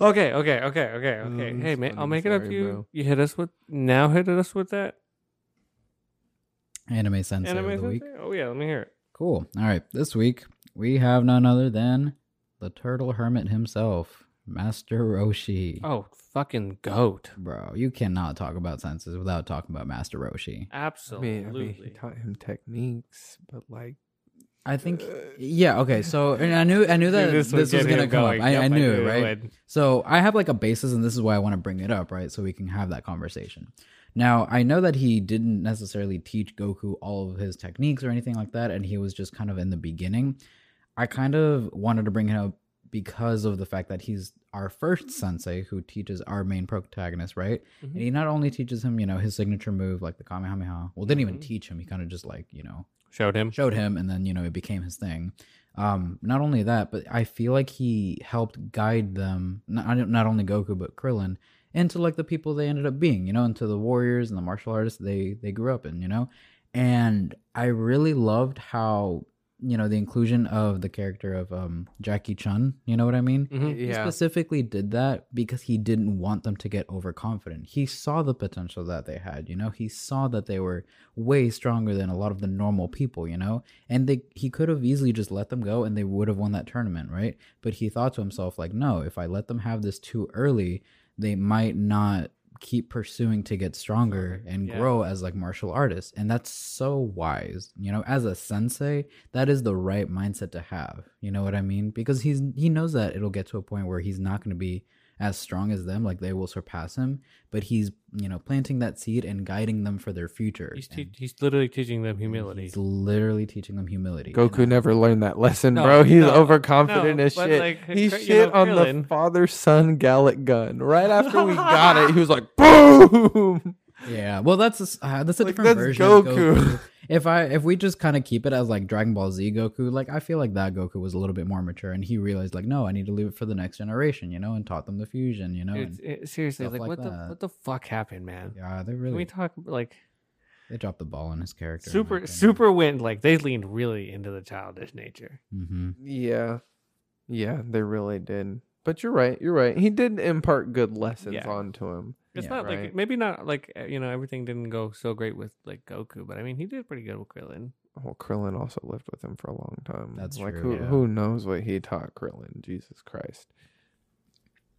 C: *laughs*
A: okay, okay, okay, okay,
B: Oh,
A: okay.
B: that's
A: hey, ma- I'll
B: funny.
A: make it up to
B: Sorry,
A: you.
B: bro.
A: You hit us with now. Hit us with that
C: Anime Sensei
A: anime
C: of the week.
A: sensei? Oh yeah, let me hear it.
C: Cool. All right. This week we have none other than the Turtle Hermit himself, Master Roshi.
A: Oh, fucking goat!
C: Bro, you cannot talk about senses without talking about Master Roshi.
A: *laughs*
B: I
A: Absolutely.
B: mean, I mean, he taught him techniques, but like,
C: I think yeah, okay. So and I knew *laughs* I knew that
A: Dude,
C: Uh, this,
A: would
C: was
A: get
C: gonna
A: him
C: come
A: going.
C: up. I,
A: Yep,
C: I knew
A: it
C: it, right?
A: would.
C: So I have like a basis, and this is why I want to bring it up, right? So we can have that conversation. Now, I know that he didn't necessarily teach Goku all of his techniques or anything like that, and he was just kind of in the beginning. I kind of wanted to bring it up because of the fact that he's our first sensei who teaches our main protagonist, right? And he not only teaches him, you know, his signature move, like the Kamehameha, well, didn't even
A: Mhm.
C: teach him, he kind of just like, you know,
A: Showed him.
C: showed him and then you know it became his thing um not only that but i feel like he helped guide them not, not only goku but krillin into like the people they ended up being you know into the warriors and the martial artists they they grew up in you know and i really loved how you know the inclusion of the character of um jackie chun you know what i mean
A: Mhm.
C: he
B: yeah,
C: specifically did that because he didn't want them to get overconfident. He saw the potential that they had, you know. He saw that they were way stronger than a lot of the normal people, you know. And they he could have easily just let them go and they would have won that tournament, right? But he thought to himself like, "No, if I let them have this too early, they might not keep pursuing to get stronger
A: Stronger,
C: and
A: yeah.
C: grow as like martial artists." And that's so wise. You know, as a sensei, that is the right mindset to have. You know what I mean? Because he's he knows that it'll get to a point where he's not going to be as strong as them, like they will surpass him. But he's you know planting that seed and guiding them for their future.
A: He's, te-
C: and
A: he's literally teaching them humility.
C: He's literally teaching them humility. And
B: Goku never learned that lesson,
A: No,
B: bro. He's
A: no,
B: overconfident
A: no,
B: as
A: but,
B: shit.
A: like,
B: he
A: Kr- you
B: shit
A: know,
B: on the
A: Krillin.
B: father son Gallic gun. Right after
A: *laughs*
B: we got it, he was like, boom.
C: Yeah, well, that's a, s- uh, that's a
B: Like,
C: different
B: that's
C: version. of
B: Goku.
C: Goku. If I if we just kind of keep it as like Dragon Ball Z Goku, like I feel like that Goku was a little bit more mature, and he realized like, no, I need to leave it for the next generation, you know, and taught them the fusion, you know.
A: It's,
C: And,
A: it, seriously,
C: stuff
A: like,
C: like
A: what the
C: that.
A: what the fuck happened, man?
C: yeah, they
A: Can
C: really
A: we talk like
C: they dropped the ball on his character.
A: super super went like they leaned really into the childish nature.
C: hmm
B: Yeah. Yeah, they really did. But you're right. You're right. He did impart good lessons
A: Yeah.
B: onto him.
A: It's
C: Yeah,
A: not like
B: right.
A: maybe not like uh, you know everything didn't go so great with like Goku, but I mean he did pretty good with Krillin.
B: Well, Krillin also lived with him for a long time.
C: That's
B: like
C: true,
B: who
A: yeah.
B: who knows what he taught Krillin? Jesus Christ!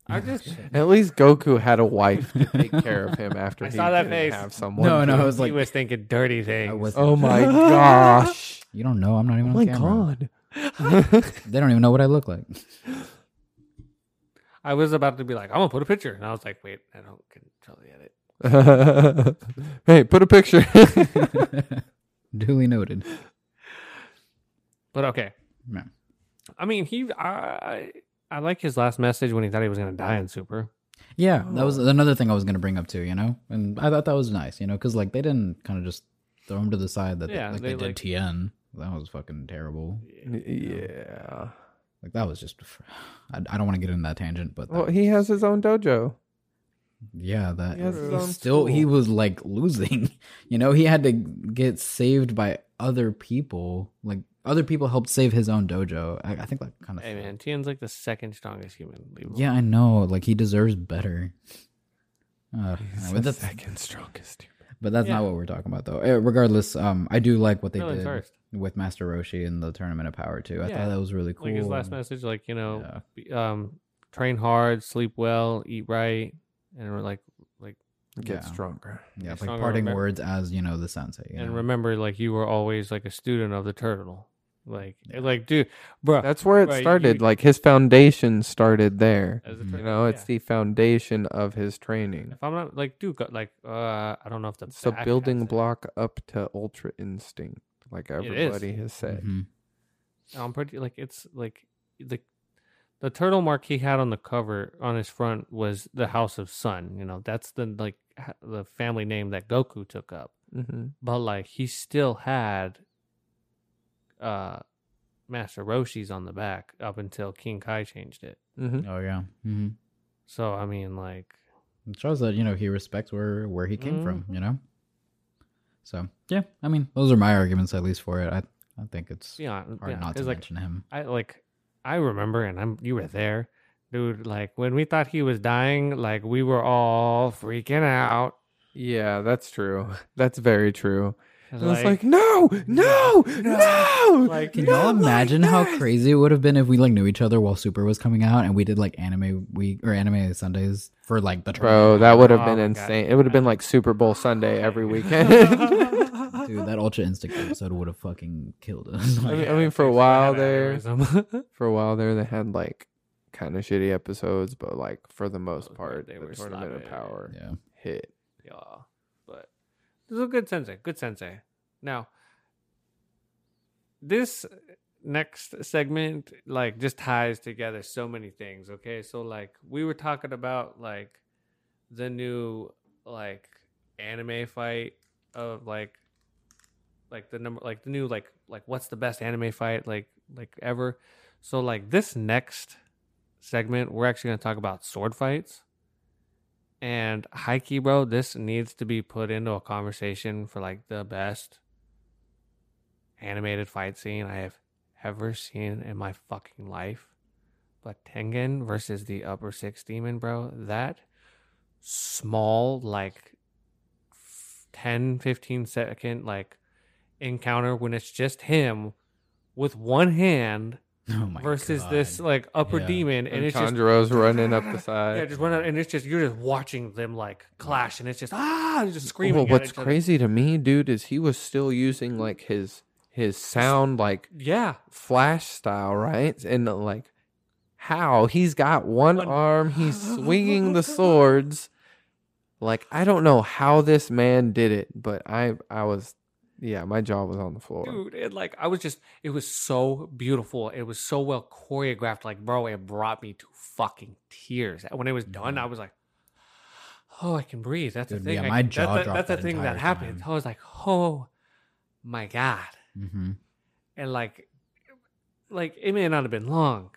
A: I just
B: At least Goku had a wife
C: *laughs*
B: to take care of him after
A: I
B: he
A: saw that
B: didn't
A: face.
B: have someone.
C: No,
B: to-
C: no, I was
A: he
C: like,
A: was thinking dirty things.
C: was-
B: *laughs* Oh
C: *laughs*
B: my gosh!
C: you don't know, I'm not
B: oh
C: even
B: my
C: on camera.
B: god!
C: They don't even know what I
A: *laughs*
C: look like. *laughs*
A: I was about to be like I'm gonna put a picture, and I was like, wait, I don't control the edit.
B: *laughs* hey, put a picture. *laughs*
C: Duly noted.
A: But okay,
C: Yeah.
A: I mean he I I like his last message when he thought he was gonna die in Super.
C: Yeah, that was
B: Oh.
C: another thing I was gonna bring up too. You know, and I thought that was nice. You know, because like they didn't kind of just throw him to the side that
A: Yeah,
C: they, like
A: they,
C: they, did
A: like-
C: Tien. That was fucking terrible.
B: yeah.
C: Like that was just. I, I don't want to get in that tangent, but
B: Well,
C: that-
B: he has his own dojo.
C: yeah, that
B: He has his
C: he
B: own
C: still he
B: school.
C: was like losing. *laughs* You know, he had to get saved by other people. Like other people helped save his own dojo. I, I think that kind of.
A: Hey man, Tien's like the second strongest human. Leave him
C: Yeah, I know. Like he deserves better. Uh, but that's,
B: second strongest.
C: but that's
A: Yeah.
C: not what we're talking about, though. Eh, Regardless, um, I do like what they
A: Krillin
C: did
A: first.
C: with Master Roshi in the Tournament of Power too. I
A: Yeah.
C: thought that was really cool.
A: Like his last message, like you know, be- um, train hard, sleep well, eat right, and we're like
B: Get
C: Yeah.
B: stronger.
C: yeah, it's like
A: stronger
C: parting
A: remem-
C: words as you know the sensei. You
A: and
C: know?
A: remember, like you were always like a student of the turtle. Like,
C: Yeah.
A: like, dude, bro,
B: That's where it
A: Right, you-
B: started. like his foundation started there.
A: as a
C: Mhm.
A: turtle,
B: You know, it's
A: yeah.
B: the foundation of his training.
A: If I'm not like, dude, got, like, uh, I don't know if that's
B: It's a building block up to Ultra Instinct, like
A: It is.
B: everybody has said.
C: Mhm.
A: I'm pretty like it's like the the turtle mark he had on the cover on his front was the House of Sun. You know, that's the like ha- the family name that Goku took up.
C: Mm-hmm.
B: Mhm.
A: but like he still had uh Master Roshi's on the back up until King Kai changed it.
B: Mhm.
C: Oh yeah, hmm
A: So I mean like
C: it shows that you know he respects where where he came from.
A: Mhm.
C: You know. So yeah, I mean those are my arguments at least for it. I I think it's
A: yeah,
C: hard
A: yeah
C: not to
A: 'cause, like
C: mention him.
A: I like I remember and I'm you were there. Dude, like when we thought he was dying, like we were all freaking out.
B: Yeah, that's true. *laughs* That's very true.
A: It's
B: It's like, no, no, no.
A: Like-
C: Can
A: No,
C: y'all
B: not like
C: imagine how
B: this!"
C: crazy it would have been if we like knew each other while Super was coming out and we did like anime week or anime Sundays for like the
B: Bro, that would have
A: Oh
B: been
A: my God.
B: insane. It would have been like Super Bowl
A: *laughs*
B: Sunday *laughs* every weekend.
C: tournament. dude that Ultra Instinct episode would have fucking killed us. *laughs*
B: I
C: Like,
B: mean, I mean, for a while
A: Had
B: there,
A: aneurysm.
B: for a while there, they had like kind of shitty episodes, but like for the
A: Those
B: most
A: were-
B: part,
A: they
B: the
A: were
B: tournament of
A: sloppy.
B: power
C: yeah.
B: hit.
A: yeah, but this is a good sensei. Good sensei. Now, this next segment like just ties together so many things. Okay, so like we were talking about like the new like anime fight of like like the number like the new like like what's the best anime fight like like ever. So like this next segment, we're actually gonna talk about sword fights. And Heike, bro, this needs to be put into a conversation for like the best animated fight scene I have ever seen in my fucking life. But Tengen versus the Upper Six Demon, bro, that small, like f- 10, 15 second, like encounter when it's just him with one hand
C: Oh my
A: versus
C: God.
A: this like upper
C: Yeah.
A: demon and,
B: And,
A: it's just *laughs*
B: Tanjiro's running up the side.
A: yeah, just run out, and it's just you're just watching them like clash, and it's just ah, you're just screaming.
B: Well,
A: at
B: Oh, what's
A: each other.
B: crazy to me, dude, is he was still using like his his sound like
A: Yeah,
B: flash style, right? And like how he's got one
A: One-
B: arm, he's swinging the swords. Like I don't know how this man did it, but I I was yeah, my jaw was on the floor.
A: dude it like i was just it was so beautiful it was so well choreographed like bro it brought me to fucking tears when it was done i was like oh i can breathe that's the
C: Dude,
A: thing
C: yeah,
A: I-
C: my
A: that's
C: jaw
A: the-
C: dropped
A: that's the
C: that
A: thing that
C: entire
A: happened
C: time.
A: i was like oh my god
C: Mm-hmm.
A: and like like it may not have been long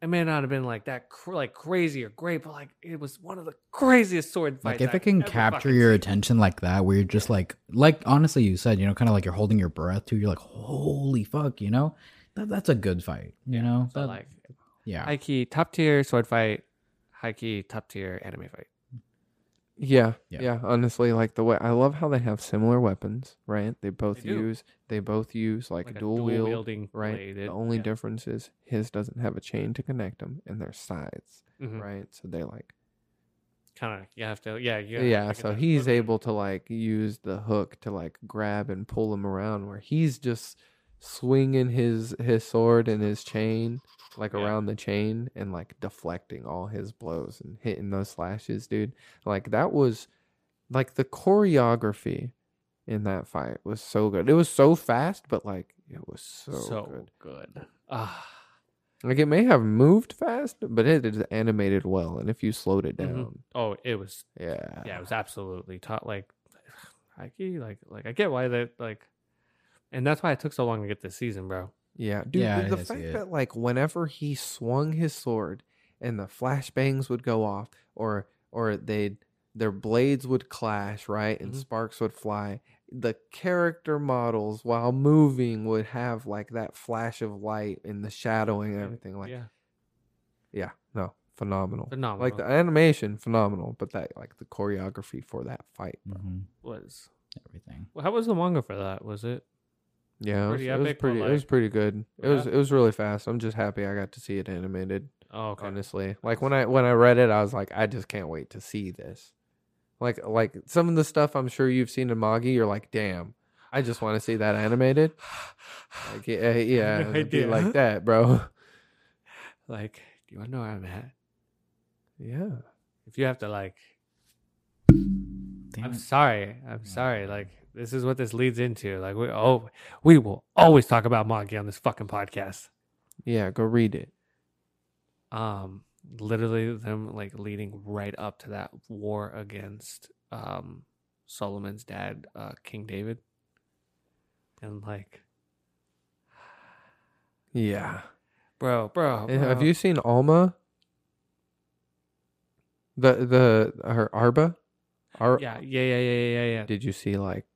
A: it may not have been like that cr- like crazy or great but like it was one of the craziest sword fights
C: Like if it
A: I've
C: can
A: ever
C: capture
A: fucking
C: your
A: seen.
C: attention like that, where you're just like, like honestly, you said, you know, kind of like you're holding your breath too. You're like, holy fuck, you know, that, that's a good fight, you know.
A: so
C: That-
A: like
C: yeah,
A: high key top tier sword fight high key top tier anime fight
B: Yeah, yeah.
C: Yeah.
B: honestly, like the way I love how they have similar weapons, right? They both
A: do.
B: use they both use like,
A: Like
B: a
A: a
B: dual, wield,
A: dual-wielding
B: right?
A: blade,
B: The
A: it-
B: only
A: yeah.
B: difference is his doesn't have a chain to connect them, and their sides,
A: Mhm.
B: right? So they like
A: kind of you have to yeah
B: yeah.
A: you have to look at
B: so
A: that.
B: he's
A: Okay.
B: able to like use the hook to like grab and pull him around, where he's just swinging his his sword and his chain like
A: Yeah.
B: around the chain and like deflecting all his blows and hitting those slashes, dude. Like that was like the choreography in that fight was so good. It was so fast, but like it was so, good.
A: good ah
B: Like it may have moved fast, but it is animated well. And if you slowed it
A: Mhm.
B: down,
A: oh it was
B: yeah,
A: yeah it was absolutely taught like *sighs* high key like like i get why that like and that's why it took so long to get this season bro
B: yeah, dude.
C: Yeah,
B: the-
C: I
B: the
C: didn't see
B: fact
C: it.
B: that like whenever he swung his sword and the flashbangs would go off, or or they their blades would clash, right, and
A: Mhm.
B: sparks would fly. The character models, while moving, would have like that flash of light and the shadowing and
A: Yeah,
B: everything. Like,
A: yeah
B: yeah, no, phenomenal.
A: phenomenal
B: Like the animation, phenomenal, but that like the choreography for that fight,
A: Mm.
B: bro.
C: hmm
A: was
C: everything.
A: well, how was the manga for that was it
B: Yeah, it was,
A: Pretty
B: it was
A: epic, but,
B: pretty. It was
A: like-
B: pretty good. It was.
A: Yeah.
B: It was really fast. I'm just happy I got to see it animated.
A: oh okay *sighs*
B: Honestly, like when I when I read it, I was like, I just can't wait to see this. Like like some of the stuff I'm sure you've seen in Magi, you're like, damn, I just want to see that animated.
A: *laughs*
B: Like yeah, yeah
A: no
B: it'd be
A: idea.
B: like that, bro. *laughs*
A: like do you want to know where i'm at
B: Yeah,
A: if you have to like
C: Damn
A: i'm
C: it.
A: sorry i'm
C: Yeah.
A: sorry like this is what this leads into like we oh we will always talk about manga on this fucking podcast
B: yeah. Go read it.
A: um literally them like leading right up to that war against um Solomon's dad uh King David and like
B: Yeah.
A: bro bro,
B: And Eh, Have
A: bro.
B: you seen Alma? The the her Arba. Ar-
A: yeah yeah yeah yeah yeah yeah
B: Did you see like?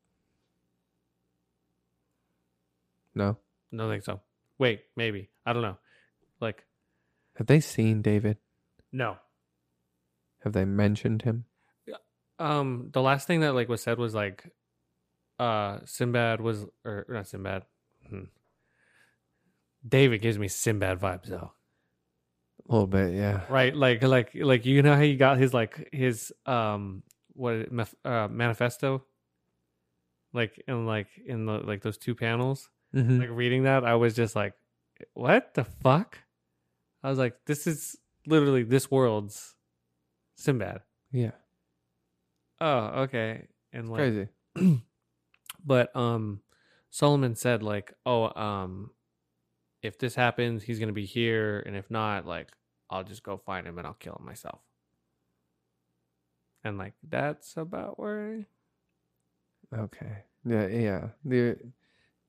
B: No.
A: no I think so wait maybe I don't know like
B: Have they seen David?
A: no
B: Have they mentioned him?
A: um the last thing that like was said was like uh Sinbad was or not Sinbad hmm. David gives me Sinbad vibes though
B: A little bit, yeah.
A: right like like like you know how he got his like his um what is it, maf- uh, manifesto like in like in the like those two panels
B: Mhm.
A: like reading that i was just like what the fuck i was like this is literally this world's sinbad
B: Yeah.
A: oh okay and like
B: Crazy.
A: but um solomon said like oh um if this happens he's gonna be here and if not like i'll just go find him and i'll kill him myself and like that's about where
B: Okay. Yeah, yeah. The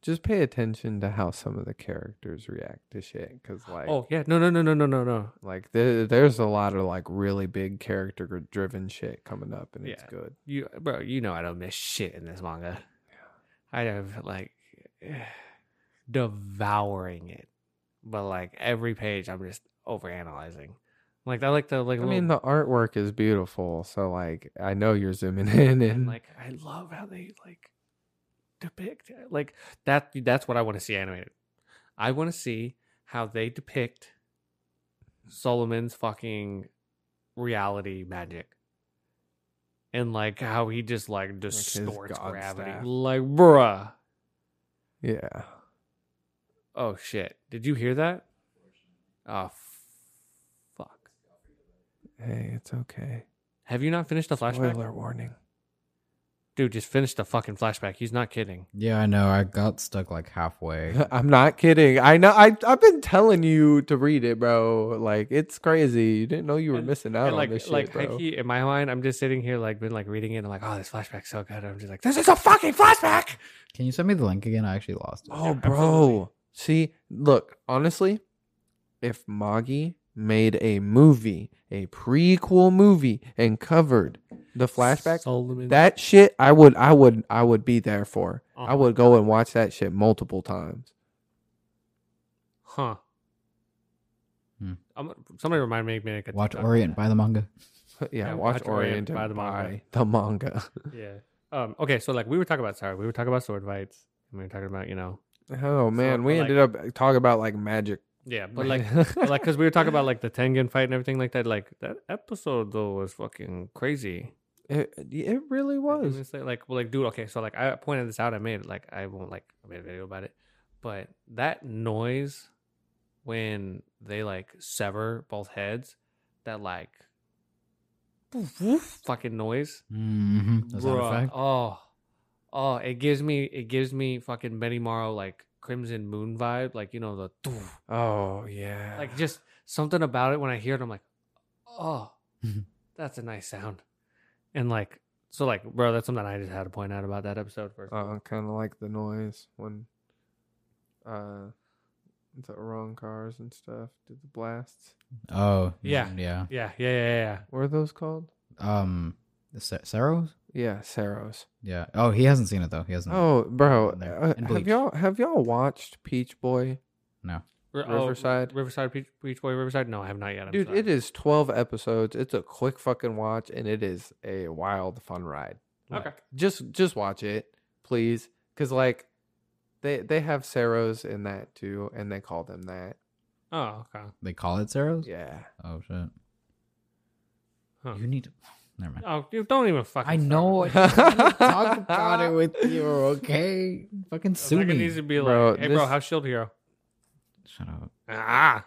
B: just pay attention to how some of the characters react to shit, because like,
A: oh yeah no no no no no no no
B: like there, there's a lot of like really big character-driven shit coming up, and it's
A: Yeah.
B: good.
A: you bro you know i don't miss shit in this manga i have like *sighs* devouring it but like every page i'm just overanalyzing like i like the like
B: I
A: little-
B: mean, the artwork is beautiful, so like, I know you're zooming *laughs* in, and
A: and like I love how they like depict uh, like that. That's what I want to see animated. I want to see how they depict Solomon's fucking reality magic, and like how he just like
B: his
A: distorts
B: god
A: gravity.
B: staff.
A: Like, bruh.
B: yeah.
A: Oh shit! Did you hear that? Oh,
B: Hey, it's okay.
A: Have you not finished the flashback?
B: Spoiler warning. *laughs*
A: Dude, just finish the fucking flashback. He's not kidding.
C: Yeah, I know. I got stuck
A: *laughs*
C: like halfway.
B: I'm not kidding. I know. I I've been telling you to read it, bro. Like it's crazy. You didn't know you were
A: And-
B: missing out
A: And, like,
B: on this
A: like
B: shit, bro.
A: high-key, in my mind, I'm just sitting here, like, been like reading it. And I'm like, oh, this flashback's so good. I'm just like, this is a fucking flashback.
C: Can you send me the link again? I actually lost it.
B: Oh,
A: Yeah,
B: bro. See, look, honestly, if Moggy made a movie, a prequel movie, and covered the flashback,
A: Solomon.
B: that shit, I would, I would, I would be there for. I
A: Uh-huh.
B: would go and watch that shit multiple times. *laughs*
A: Huh.
C: Hmm.
A: I'm, somebody remind me to make a
C: Watch
A: TikTok.
C: Orient by the manga.
B: yeah,
A: Yeah,
B: watch
A: watch Orient
B: Orient
A: by
B: and
A: the manga.
B: buy the manga. *laughs*
A: Yeah. Um. Okay. So like we were talking about sorry we were talking about sword fights. and we were talking about you know
B: Oh man,
A: but,
B: we
A: like-
B: ended up talking about like magic,
A: yeah but
B: *laughs*
A: like but, like because we were talking about like the Tengen fight and everything like that like that episode though was fucking crazy.
B: it, it really
A: Like, it
B: was.
A: was like, like well, like dude okay so like I pointed this out I made like I won't like I made a video about it but that noise when they like sever both heads that like fucking noise
C: hmm Is that a
A: Bruh,
C: fact?
A: Oh, oh, it gives me it gives me fucking Benny Morrow like Crimson Moon vibe, like you know the doof.
B: Oh yeah,
A: like just something about it when I hear it, I'm like,
C: *laughs*
A: oh, that's a nice sound, and like so like bro, that's something I just had to point out about that episode first.
B: Uh, kind of like the noise when uh the wrong cars and stuff did the blasts.
C: Oh,
A: Yeah.
C: yeah.
A: yeah, yeah, yeah, yeah,
B: What are those called?
C: Um, Sa- Saros.
B: Yeah, Saros.
C: Yeah. Oh, he hasn't seen it though. He hasn't.
B: Oh, bro,
C: And they're-
B: uh, have
C: and Bleach.
B: y'all have y'all watched Peach Boy?
A: yeah. Ri-
B: Riverside.
A: oh, Riverside, Beach, Beach Boy, Riverside. No, I have not yet. I'm
B: Dude,
A: sorry.
B: it is twelve episodes. It's a quick fucking watch, and it is a wild fun ride.
A: Okay.
B: Like, just just watch it, please, because like they they have Saros in that too, and they call them that.
A: Oh, okay.
C: They call it Saros.
B: Yeah.
C: Oh shit.
A: Huh.
C: You need. to Never mind.
A: Oh, dude, don't even fucking.
C: I
A: start
C: know.
A: with
C: I
A: it.
C: just wanna
B: *laughs*
C: talk about it with you, okay? Fucking
A: Like,
C: sue
A: it
C: me.
A: needs to be like,
B: Bro,
A: hey, bro,
B: this-
A: how's Shield Hero?
C: Shut up.
A: Ah,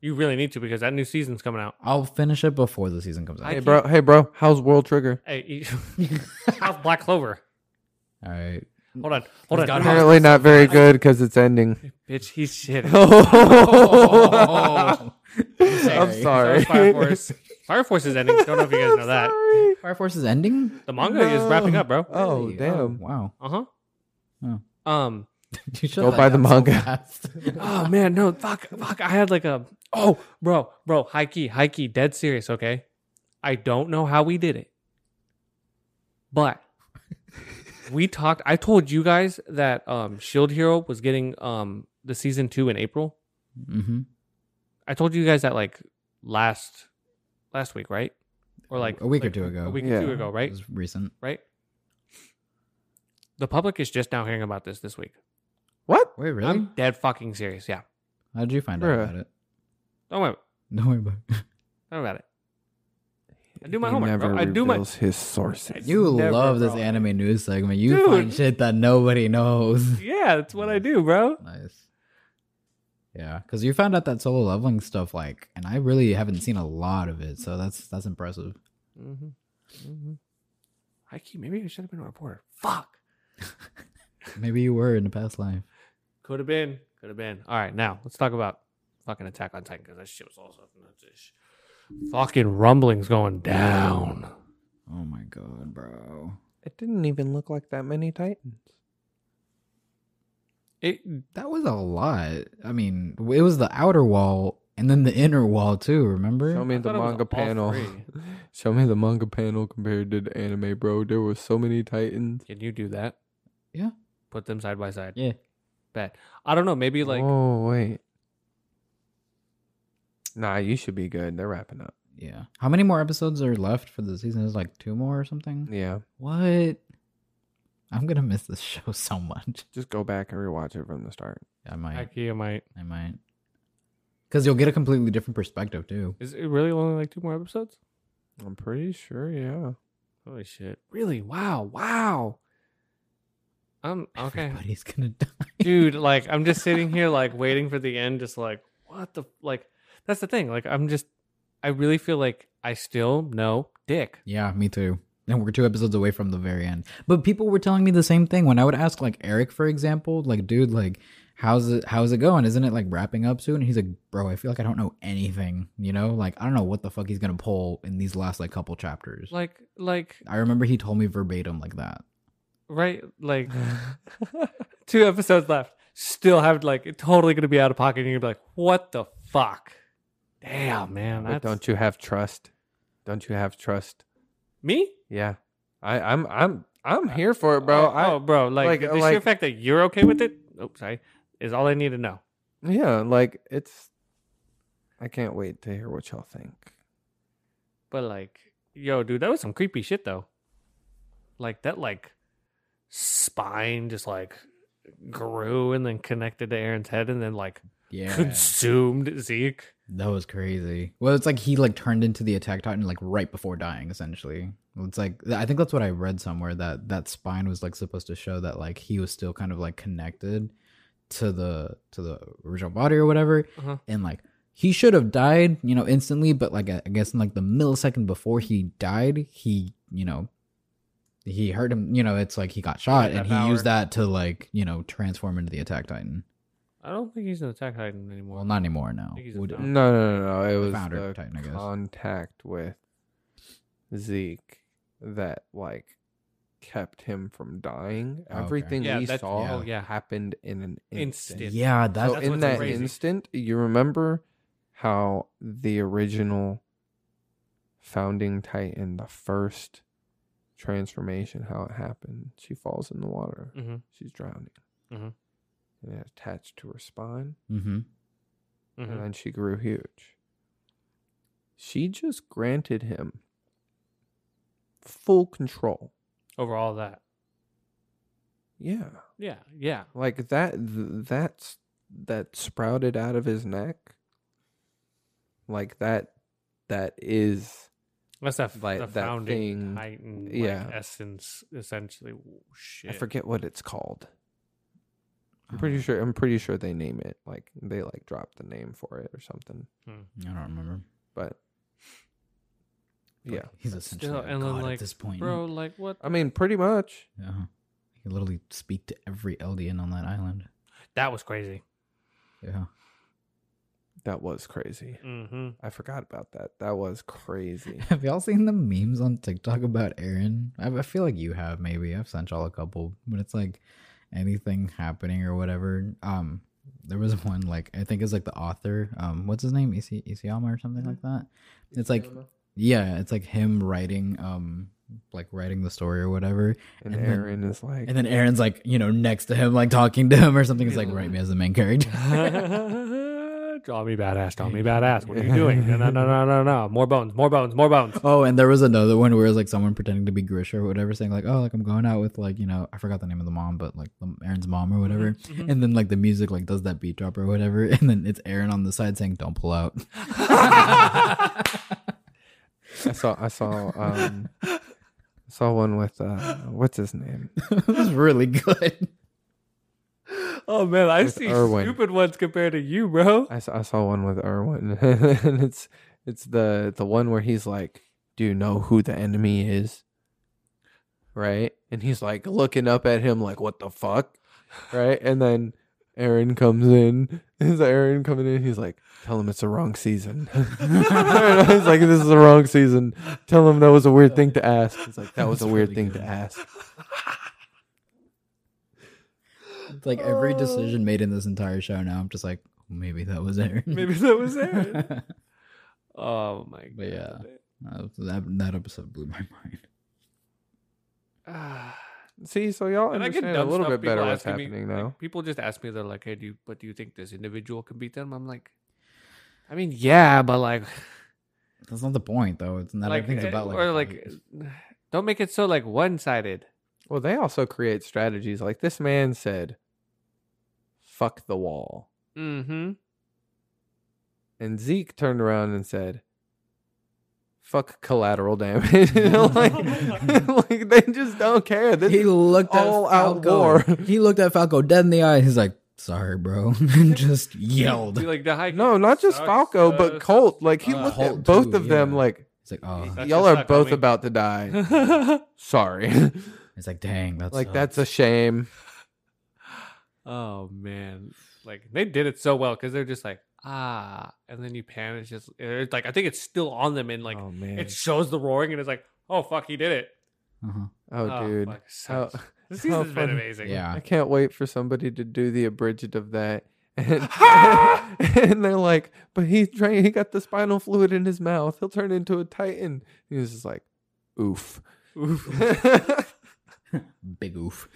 A: you really need to because that new season's coming out.
C: I'll finish it before the season comes out.
A: I
B: Hey,
A: keep-
B: bro. Hey, bro. How's World Trigger?
A: Hey, you- *laughs* how's Black Clover?
B: *laughs*
C: All right.
A: Hold on, hold on. Hold
C: got
A: on.
B: Apparently not very good because
A: *laughs*
B: it's ending.
A: Bitch, he's shit. oh,
B: I'm
C: Oh. I'm
B: sorry.
A: Fire Force. Fire Force is ending. Don't know if you guys know *laughs* that.
B: Sorry.
C: Fire Force is ending.
A: The manga is wrapping up, bro.
B: Oh
C: Really?
B: damn!
C: wow. *laughs*
A: Uh huh.
C: Oh.
A: Um.
C: You shut
B: Go
C: that
B: buy the
C: down so
B: manga.
C: fast. *laughs*
A: Oh man, no. Fuck. Fuck. I had like a. Oh, bro, bro. High key, high key. Dead serious. Okay. I don't know how we did it, but we talked. I told you guys that um Shield Hero was getting um the season two in April.
C: mm-hmm.
A: I told you guys that like last last week, right? Or like
C: A week or
A: like,
C: two ago.
A: A week
B: Yeah.
A: or two ago,
C: It
A: right?
C: was recent.
A: Right. The public is just now hearing about this this week.
B: What?
C: Wait, really?
A: I'm dead fucking serious. Yeah.
C: How did you find
B: Bruh.
C: out about it?
A: Don't worry.
C: Don't worry about it.
A: Don't worry about it. I do my homework. Bro. I do my.
B: his sources.
C: You
A: Never
C: love this
A: wrong.
C: anime news segment. You
A: Dude.
C: find shit that nobody knows.
A: *laughs*
C: *laughs*
A: Yeah, that's what I do, bro.
C: Nice. Yeah, because you found out that solo leveling stuff, like, and I really haven't seen a lot of it, so that's that's impressive.
A: Mm-hmm. Mm-hmm. I keep. Maybe I should have been a reporter. Fuck.
C: Maybe you were in a past life.
A: Could have been. Could have been. All right, now let's talk about fucking Attack on Titan because that shit was also fucking rumblings going down.
C: Oh my god, bro!
B: It didn't even look like that many titans.
A: It
C: That was a lot. I mean, it was the outer wall and then the inner wall too. Remember?
B: Show me
A: I
B: the
A: thought it was
B: manga
A: all
B: panel. *laughs*
A: three.
B: Show me the manga panel compared to the anime, bro. There were so many titans.
A: can you do that?
C: Yeah.
A: Put them side by side.
C: Yeah.
A: Bet. I don't know. Maybe like
B: oh wait. Nah, you should be good. They're wrapping up.
C: Yeah. How many more episodes are left for the season? Is like two more or something?
B: Yeah,
C: What? I'm gonna miss this *laughs* show so much.
B: just go back and rewatch it from the start.
C: I might.
A: Ikea might.
C: I might. Because you'll get a completely different perspective too.
A: Is it really only like two more episodes?
B: I'm pretty sure. Yeah.
A: *laughs*
B: *laughs*
A: Holy shit! Really? Wow! Wow! I'm okay,
B: *laughs*
C: Everybody's gonna *laughs* die.
A: dude. Like I'm just sitting here, like waiting for the end. Just like what the like. That's the thing. Like I'm just. I really feel like I still know Dick.
C: Yeah, me too. And we're two episodes away from the very end. But people were telling me the same thing when I would ask like Eric, for example, like, dude, like, how's it how's it going? Isn't it like wrapping up soon? And he's like, bro, I feel like I don't know anything. You know, like I don't know what the fuck he's gonna pull in these last like couple chapters.
A: Like like
C: I remember he told me verbatim like that.
A: right
B: *laughs*
A: like two episodes left. Still have like totally gonna be out of pocket and you're gonna be like, what the fuck? Damn man,
B: But
A: that's
B: don't you have trust? Don't you have trust?
A: me?
B: Yeah, I, I'm I'm I'm here for it, bro.
A: oh,
B: I
A: oh, bro, like,
B: like-
A: the sheer
B: like-
A: fact that you're okay with it, oops, sorry, is all I need to know.
B: yeah, like it's. I can't wait to hear what y'all think.
A: But like, yo, dude, that was some creepy shit though. Like that, like spine just like grew and then connected to Aaron's head and then like
C: Yeah.
A: consumed Zeke.
C: that was crazy. Well, it's like he like turned into the attack titan like right before dying, essentially. It's like I think that's what I read somewhere that that spine was like supposed to show that like he was still kind of like connected to the to the original body or whatever.
A: Uh-huh.
C: and like he should have died, you know, instantly, but like I I guess in like the millisecond before he died, he, you know, he hurt him, you know, it's like he got shot
A: Yeah,
C: and he
A: that
C: used
A: power.
C: that to like, you know, transform into the attack titan.
A: I don't think he's an attack titan anymore.
C: Well, not anymore now.
A: I think he's a
C: Would-
A: found-
B: No, no, no, no. It was
C: founder
B: the
C: Titan, I guess.
B: contact with Zeke that like kept him from dying.
C: Okay.
B: Everything
A: Oh, Yeah,
B: we
A: that's-
B: saw
C: yeah.
A: Oh, yeah.
B: happened in an
A: Instant.
B: instant.
C: yeah, that's
B: So
A: That's
B: in
A: what's
B: that
A: crazy.
B: instant, you remember how the original founding titan, the first transformation, how it happened. She falls in the water.
A: hmm
B: She's drowning.
A: Mhm.
B: And it attached to her spine,
C: mm-hmm.
A: hmm
B: and then she grew huge. She just granted him full control.
A: Over all that,
B: Yeah.
A: yeah, yeah,
B: like that th- that's that sprouted out of his neck like that that is
A: that's that, f-
B: Like,
A: the
B: that
A: founding
B: thing-
A: titan, like,
B: yeah.
A: essence, essentially. Ooh, Shit,
B: i forget what it's called i'm pretty
C: Uh-huh.
B: sure i'm pretty sure they name it like they like dropped the name for it or something
C: I don't remember.
B: but
C: But
B: yeah
C: He's
A: But
C: essentially
A: still,
C: a
A: and then,
C: god
A: like,
C: at this point.
A: bro, like what?
B: i mean pretty much
C: Yeah. He can literally speak to every Eldian on that island.
A: That was crazy.
C: Yeah.
B: that was crazy
A: hmm
B: i forgot about that that was crazy
C: *laughs* *laughs* Have y'all seen the memes on TikTok about Aaron? I, I feel like you have, maybe. I've sent y'all a couple, but it's like anything happening or whatever. Um, there was *laughs* one like I think it's like the author. Um, what's his name? Isi- Isayama or something like
B: Mm-hmm.
C: that. It's like yeah, it's like him writing um like writing the story or whatever.
B: and,
C: and then-
B: aaron is like
C: And then Aaron's like, you know, next to him, like talking to him or something. It's like
A: Yeah.
C: write me as the main character.
A: *laughs*
C: *laughs*
A: draw me badass, draw me badass. What are you doing? No, no, no, no, no, no. More bones, more bones, more bones.
C: Oh, and there was another one where it was like someone pretending to be Grisha or whatever, saying like, "Oh, like I'm going out with like you know, I forgot the name of the mom, but like the, Aaron's mom or *laughs* whatever."
A: Mhm,
C: And then like the music like does that beat drop or whatever, *laughs* and then it's Aaron on the side saying, "Don't pull out." *laughs*
B: i saw i saw
C: *laughs*
B: um I saw one with uh what's his name
C: it was really good.
A: *laughs*
C: *laughs*
A: oh man, I
B: With
A: see
B: Irwin.
A: stupid ones compared to you,
C: *laughs*
A: bro.
B: I saw, I saw one with Erwin, *laughs* and it's it's the the one where he's like, "Do you know who the enemy is?" Right, and he's like looking up at him like, "What the fuck?" Right, and then Aaron comes in. *laughs* Is Aaron coming in? He's like, "Tell him it's the wrong season." *laughs* I was like, "This is the wrong season." Tell him that was a weird thing to ask. It's like that was a
C: That's
B: weird thing
C: really good.
B: to
A: *sighs*
B: ask.
C: It's like
A: Oh.
C: every decision made in this entire show. Now I'm just like, maybe that was
A: *laughs*
C: Aaron. *laughs*
A: Maybe that was Aaron.
C: that
A: Oh my god.
C: But yeah. that that episode blew my *laughs* mind.
A: Ah.
B: See, so y'all
A: And I get
B: understand a
A: dumb
B: little
A: stuff
B: bit better
A: people
B: what's
A: asking me,
B: happening
A: like,
B: now.
A: people just ask me, they're like, "Hey, do you, but do you think this individual can beat them?" I'm like, I mean, yeah, but like,
C: That's not the point, though. It's not
A: like,
C: everything's
A: eh,
C: about like
A: or
C: a
A: like,
C: fight.
A: don't make it so like one sided.
B: Well, they also create strategies. Like this man said, fuck the wall.
A: Mm-hmm.
B: And Zeke turned around and said, fuck collateral
C: *laughs*
A: *laughs*
B: damage. *laughs* like, like, they just don't care. This
C: he
B: is
C: looked at
B: all out
C: Falco.
B: Oh,
C: *laughs*
B: war. *laughs*
C: He looked at Falco dead in the eye. He's like, Sorry, bro. *laughs* and just yelled.
A: Dude, like the high
B: No, not just
A: sucks,
B: Falco,
A: uh,
B: but Colt. Like he
A: uh,
B: looked
C: Colt
B: at both
C: too,
B: of them
C: yeah.
B: like
C: It's like, oh,
A: That
B: y'all
A: just
B: are
A: sucked,
B: both
A: homie."
B: about to die.
A: *laughs*
B: Sorry. *laughs*
C: it's like, dang, that's
B: like that's a shame.
A: oh man, like they did it so well because they're just like ah, and then you pan. It's just it's like I think it's still on them, and like
B: oh man.
A: it shows the roaring, and it's like oh fuck, he did it.
C: uh
B: oh, dude.
A: fuck, such-
B: Oh, *laughs*
A: this
B: so
A: season's been
B: funny.
A: amazing. *laughs*
C: yeah.
B: I can't wait for somebody to do the abridged of that. *laughs* And, and they're like, but he drank, he got the spinal fluid in his mouth. He'll turn into a titan. He was just like, oof. Oof.
C: Big oof.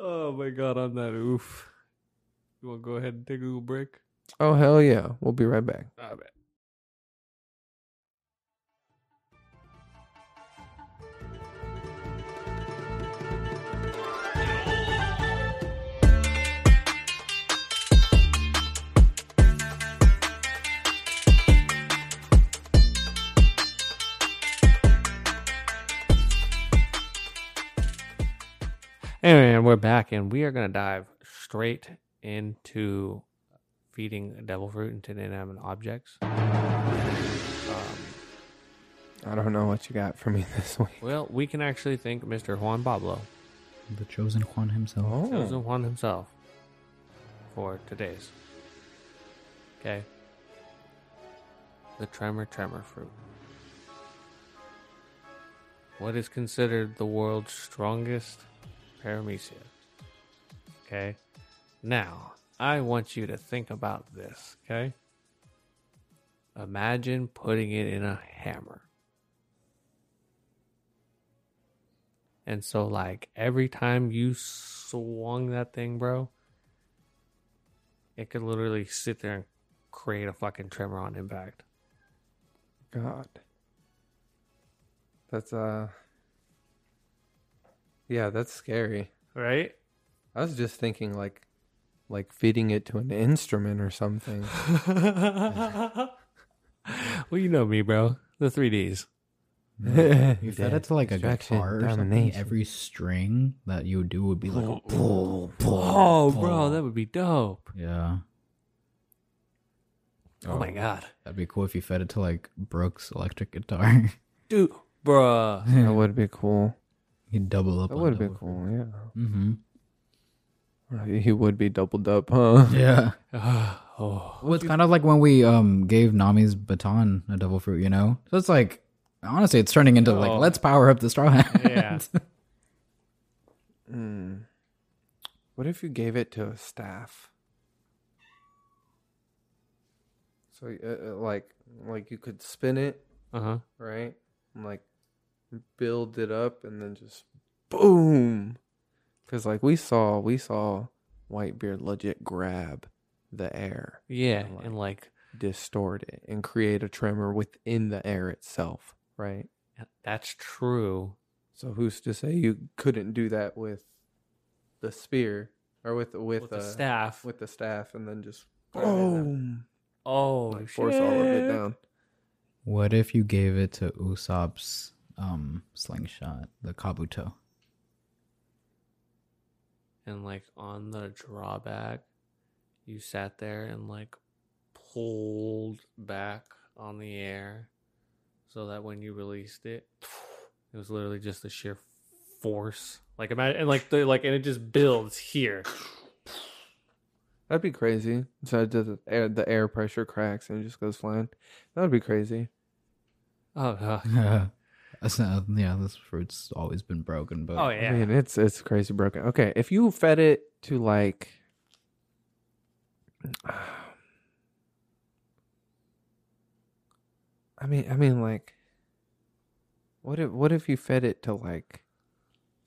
A: oh my god, I'm that oof. You want to go ahead and take a little break?
B: oh, hell yeah. We'll be right back.
A: I bet. And we're back, and we are going to dive straight into feeding devil fruit into inanimate objects.
B: I don't know what you got for me *laughs* this week.
A: Well, we can actually thank Mr. Juan Pablo,
C: The chosen Juan himself.
B: Oh,
A: chosen Juan himself, for today's. Okay. The tremor tremor fruit. What is considered the world's strongest paramecia. Okay. Now, I want you to think about this, okay? Imagine putting it in a hammer. And so, like, every time you swung that thing, bro, it could literally sit there and create a fucking tremor on impact.
B: God. That's, uh, yeah, that's scary.
A: Right? *laughs*
B: I was just thinking, like, like feeding it to an instrument or *laughs* something.
A: well, you know me, bro. The 3Ds.
C: You fed it to like a
B: Oh, Distraction,
C: guitar or something.
B: domination. Oh,
C: Every string that you would do would be like, a pull, pull,
A: Oh,
C: pull.
A: bro, that would be dope.
C: yeah.
A: Oh, my god,
C: That'd be cool if you fed it to like Brooks electric guitar. *laughs*
A: dude, bruh.
B: That would be cool.
C: You'd double up.
B: That
C: on
B: would be
C: double.
B: cool, yeah.
C: Mm-hmm.
B: He would be doubled up, huh?
C: Yeah.
A: *sighs* oh,
C: Well, it's kind of like when we um gave Nami's baton a double fruit, you know. So it's like, honestly, it's turning into like,
A: Oh.
C: let's power up the straw hat.
A: *laughs* yeah.
B: Mm. What if you gave it to a staff? So, uh, uh, like, like you could spin it,
A: Uh huh.
B: right? And like, build it up, and then just boom. Because like we saw, we saw Whitebeard legit grab the air,
A: Yeah,
B: And, like-
A: and like
B: distort it, and create a tremor within the air itself, right?
A: that's true.
B: So who's to say you couldn't do that with the spear or with with,
A: With,
B: uh,
A: the staff.
B: with the staff and then just
A: Put it in there. oh,
B: like force all of it down.
C: *laughs* what if you gave it to Usopp's um slingshot, the Kabuto? *laughs*
A: And like on the drawback, you sat there and like pulled back on the air, so that when you released it, it was literally just the sheer force. Like imagine, and like the like, and it just builds here.
B: That'd be crazy. So it does the air, the air pressure cracks and it just goes flying. That'd be crazy.
A: Oh, uh,
C: That's not- uh, yeah, this fruit's always been broken, but
A: oh
B: I
A: yeah.
B: mean, it's it's crazy broken. Okay, if you fed it to like, *sighs* I mean, I mean, like, what if what if you fed it to like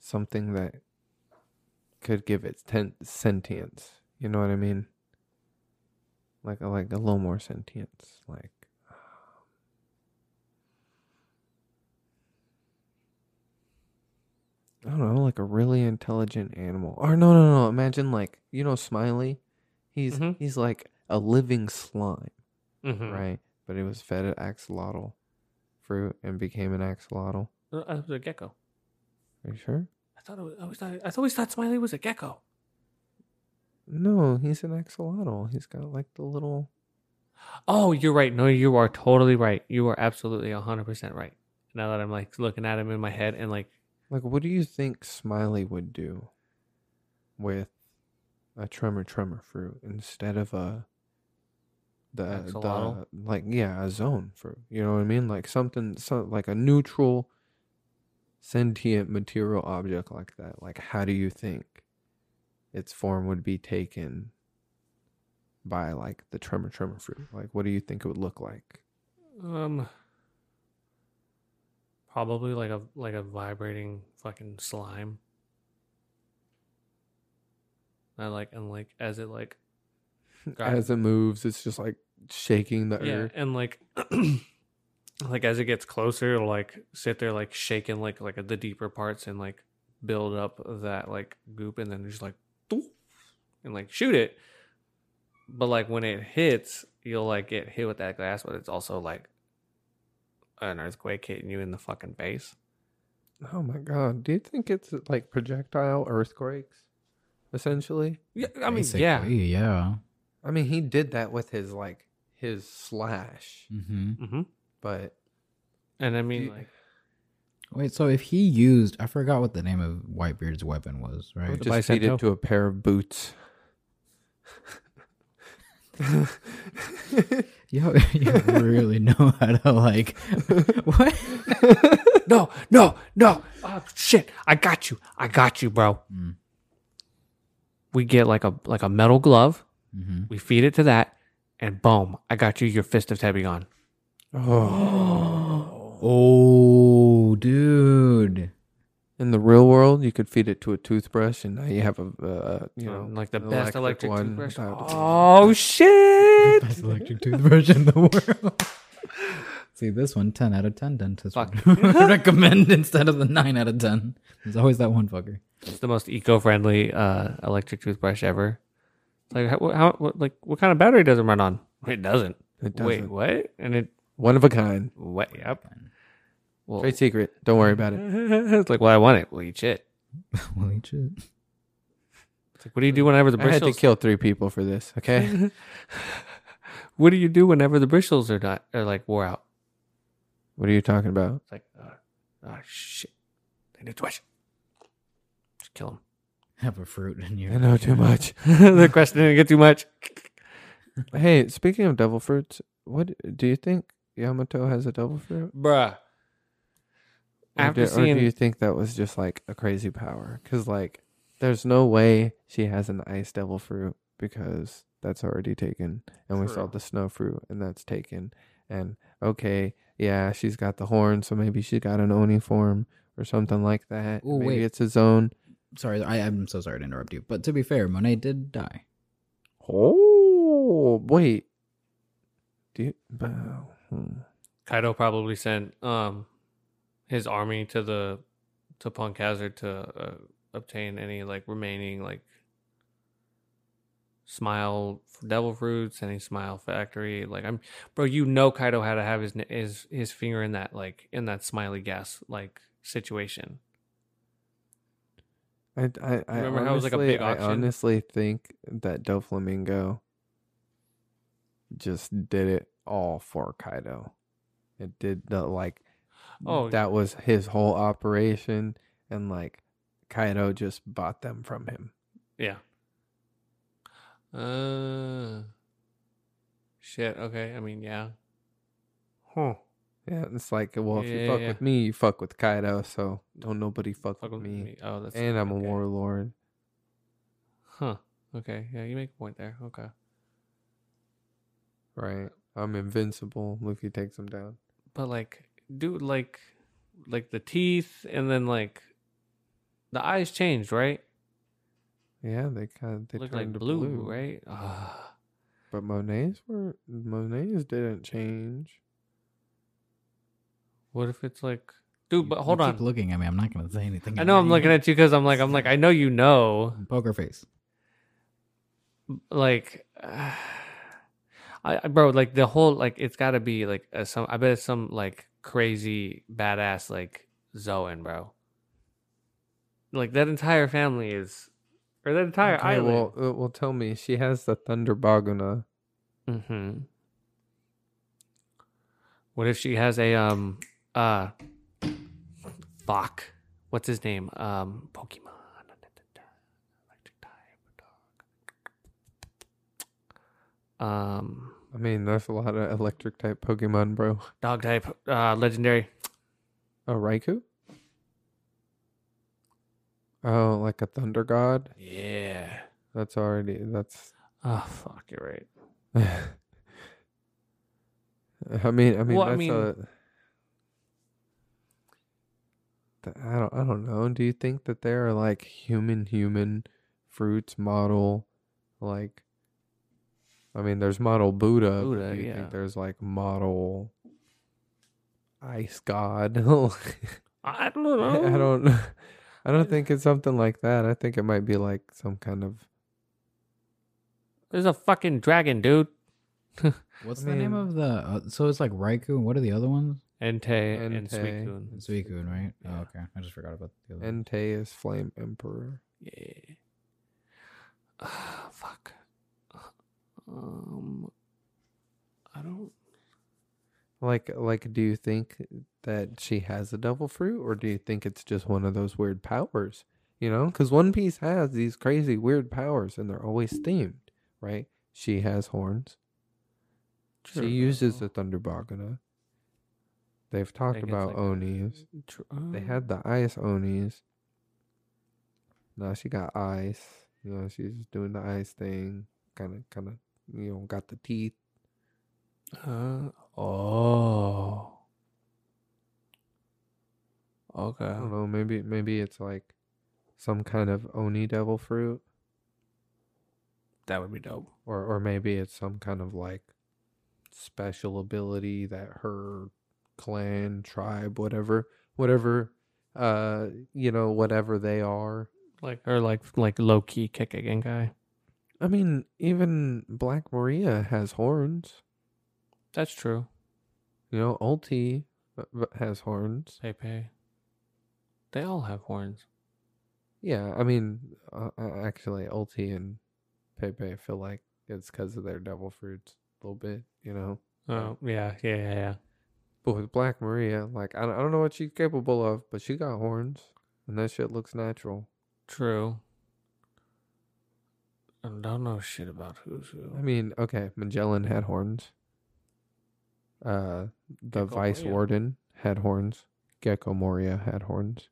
B: something that could give it ten- sentience? You know what I mean? Like, a, like a little more sentience, like. um, I don't know, like a really intelligent animal. Or no, no, no. Imagine like you know Smiley, he's
A: Mhm.
B: he's like a living slime,
A: Mhm.
B: right? But he was fed an axolotl fruit and became an axolotl.
A: No, I Uh, was a gecko.
B: Are you sure?
A: I thought it was, I always thought I always thought Smiley was a gecko.
B: No, he's an axolotl. He's got like the little.
A: Oh, you're right. No, you are totally right. You are absolutely 100% right. Now that I'm like looking at him in my head and like,
B: Like, what do you think Smiley would do with a tremor tremor fruit instead of a the
A: Axolotl?
B: the like yeah a zone fruit? You know what I mean? Like something so like a neutral sentient material object like that. Like, how do you think its form would be taken by like the tremor tremor fruit? Like, what do you think it would look like?
A: um, probably like a like a vibrating fucking slime. And like and like as it like Got it.
B: As it moves, it's just like shaking the
A: yeah
B: earth.
A: and like *clears throat* like as it gets closer it'll like sit there like shaking like like the deeper parts and like build up that like goop and then just like doof, and like shoot it but like when it hits you'll like get hit with that glass but it's also like an earthquake hitting you in the fucking face
B: Oh my god! Do you think it's like projectile earthquakes, essentially?
A: yeah i mean yeah
C: Basically, yeah.
B: I mean, he did that with his like his slash,
C: Mm-hmm.
A: hmm
B: but
A: and i mean
B: You-
A: like
C: Wait, so if he used, I forgot what the name of Whitebeard's weapon was,
B: I
C: right?
B: would
A: The
B: just feed
A: bicep toe?
B: it to a pair of boots.
C: *laughs* You, you *laughs* really know how to like *laughs*
A: *laughs*
C: what?
A: no no no oh shit i got you i got you bro
B: Hmm.
C: Mm.
A: we get like a like a metal glove
C: Mm-hmm.
A: We feed it to that, and boom, I got you your fist of Tebigon.
B: oh.
C: Oh, dude.
B: In the real world, you could feed it to a toothbrush, and now you have a uh, you know
A: Oh, like the
B: an
A: best electric, toothbrush.
B: without-
A: Oh
B: *laughs*
A: shit!
C: Best electric toothbrush in the world. *laughs* See, this one, 10 out of 10 dentists
A: Fuck.
C: would *laughs* recommend instead of the 9 out of 10. There's always that one fucker.
A: It's the most eco-friendly uh, electric toothbrush ever. It's Like how, how what, like what kind of battery does it run on? It doesn't.
B: It
A: Wait,
B: doesn't.
A: what? And it
B: One of a kind.
A: what? Yep. Well,
B: Trade secret. Don't worry about it.
A: *laughs* it's like well, I want it. Well, eat shit.
C: *laughs* Well, eat shit.
A: It's like, what do you do whenever the
B: I had to
A: bristles?
B: kill three people for this. Okay.
A: *laughs* What do you do whenever the bristles are not are like wore out?
B: what are you talking about?
A: It's like, uh, oh shit, they need to watch. Just kill them.
C: Have a fruit in
B: I
C: your
B: know
A: *laughs*
B: too *laughs* much.
A: the question didn't get too much.
B: Hey, speaking of devil fruits, what do you think Yamato has a devil fruit?
A: Bruh.
B: Or
A: After
B: do, or
A: seeing
B: do you think that was just like a crazy power? Because like, there's no way she has an ice devil fruit because that's already taken, and we saw
A: True.
B: the snow fruit, and that's taken. And okay, yeah, she's got the horn, so maybe she got an oni form or something like that.
C: Ooh,
B: maybe
C: wait.
B: it's his own.
C: Sorry, I, I'm so sorry to interrupt you. But to be fair, Monet did die.
B: Oh wait, do you? Wow. Hmm.
A: Kaido probably sent um his army to the to Punk Hazard to uh, obtain any like remaining like smile devil fruits, any smile factory. Like I'm bro, you know Kaido had to have his n- his his finger in that like in that smiley gas like situation.
B: I, I, I
A: Remember
B: honestly,
A: how it was, like, a big
B: I
A: auction?
B: honestly think that Doflamingo just did it all for Kaido. It did the like
A: Oh.
B: that was his whole operation and like Kaido just bought them from him.
A: Yeah. Uh shit, okay. I mean, yeah. Huh.
B: Yeah, it's like well if
A: Yeah,
B: you fuck
A: yeah.
B: with me, you fuck with Kaido, so don't nobody fuck,
A: Fuck
B: with me.
A: Oh, that's
B: And I'm a
A: okay.
B: warlord.
A: Huh. Okay. Yeah, you make a point there. Okay.
B: Right. I'm invincible. Luffy takes him down.
A: But like dude like like the teeth and then like the eyes changed, right?
B: Yeah, they kind of they
A: Looked like
B: turned to
A: blue,
B: blue.
A: right? Ah.
B: But Monet's were Monet's didn't change.
A: what if it's like dude,
C: You-
A: but
C: you
A: hold on.
C: Keep looking at me. I'm not going to say anything.
A: I know I'm looking at you cuz I'm like I'm like I know you know.
C: *laughs* poker face.
A: like *sighs* I, I bro like the whole like it's got to be like a, some i bet it's some like crazy badass like zoan bro like that entire family is or the entire
B: okay,
A: island.
B: well, uh, well, tell me. She has the Thunder Baguna.
A: Mm-hmm. What if she has a um uh fuck. What's his name? Um Pokemon. Electric type dog. Um
B: I mean, there's a lot of electric type Pokemon, bro.
A: dog type uh legendary.
B: A Raikou? Oh, like a Thunder God?
A: Yeah.
B: That's already. That's.
A: Oh fuck, you're right.
B: *sighs* I mean, I mean,
A: Well, I
B: that's
A: mean-
B: a. Th- I don't. I don't know. Do you think that there are like human human fruits model, like? I mean, there's model Buddha. but
A: Buddha,
B: do you
A: yeah.
B: think there's like model ice god? *laughs*
A: I don't know.
B: I don't. *laughs* I don't think it's something like that. I think it might be like some kind of
A: There's a fucking dragon, dude.
C: What's
B: I
C: the name
B: mean-
C: of the? Uh, so it's like Raikou. and What are the other ones?
A: Entei, and
B: Entei.
A: Suicune.
C: Suicune, right?
A: Yeah.
C: Oh, okay. I just forgot about the other.
B: Entei is flame emperor.
A: Yeah. *sighs* Ah, fuck. Um, I don't.
B: Like, like, do you think that she has a devil fruit, or do you think it's just one of those weird powers? You know, because One Piece has these crazy weird powers, and they're always themed, right? She has horns.
A: True.
B: She uses the Thunder Bagana. They've talked
A: think it's
B: about
A: like a-
B: Onis.
A: Tr-
B: They
A: uh,
B: had the ice Onis. Now she got ice. You know, she's just doing the ice thing. Kind of, kind of, you know, got the teeth.
A: Uh, oh. Okay.
B: I don't know. Maybe maybe it's like some kind of oni devil fruit,
A: That would be dope.
B: or or maybe it's some kind of like special ability that her clan, tribe, whatever, whatever, uh, you know, whatever they are.
A: Like or like like low key kick again guy.
B: I mean, even Black Maria has horns.
A: That's true.
B: You know, Ulti uh, uh, has horns.
A: Pepe. They all have horns.
B: Yeah, I mean, uh, uh, actually, Ulti and Pepe feel like it's because of their devil fruits a little bit. You know.
A: Oh yeah, yeah, yeah, yeah.
B: But with Black Maria, like I don't, I don't know what she's capable of, but she got horns, and that shit looks natural.
A: True. I don't know shit about who's who.
B: I mean, okay, Magellan had horns. Uh, the
A: Gecko
B: Vice
A: Moria.
B: Warden had horns. Gecko Moria had horns.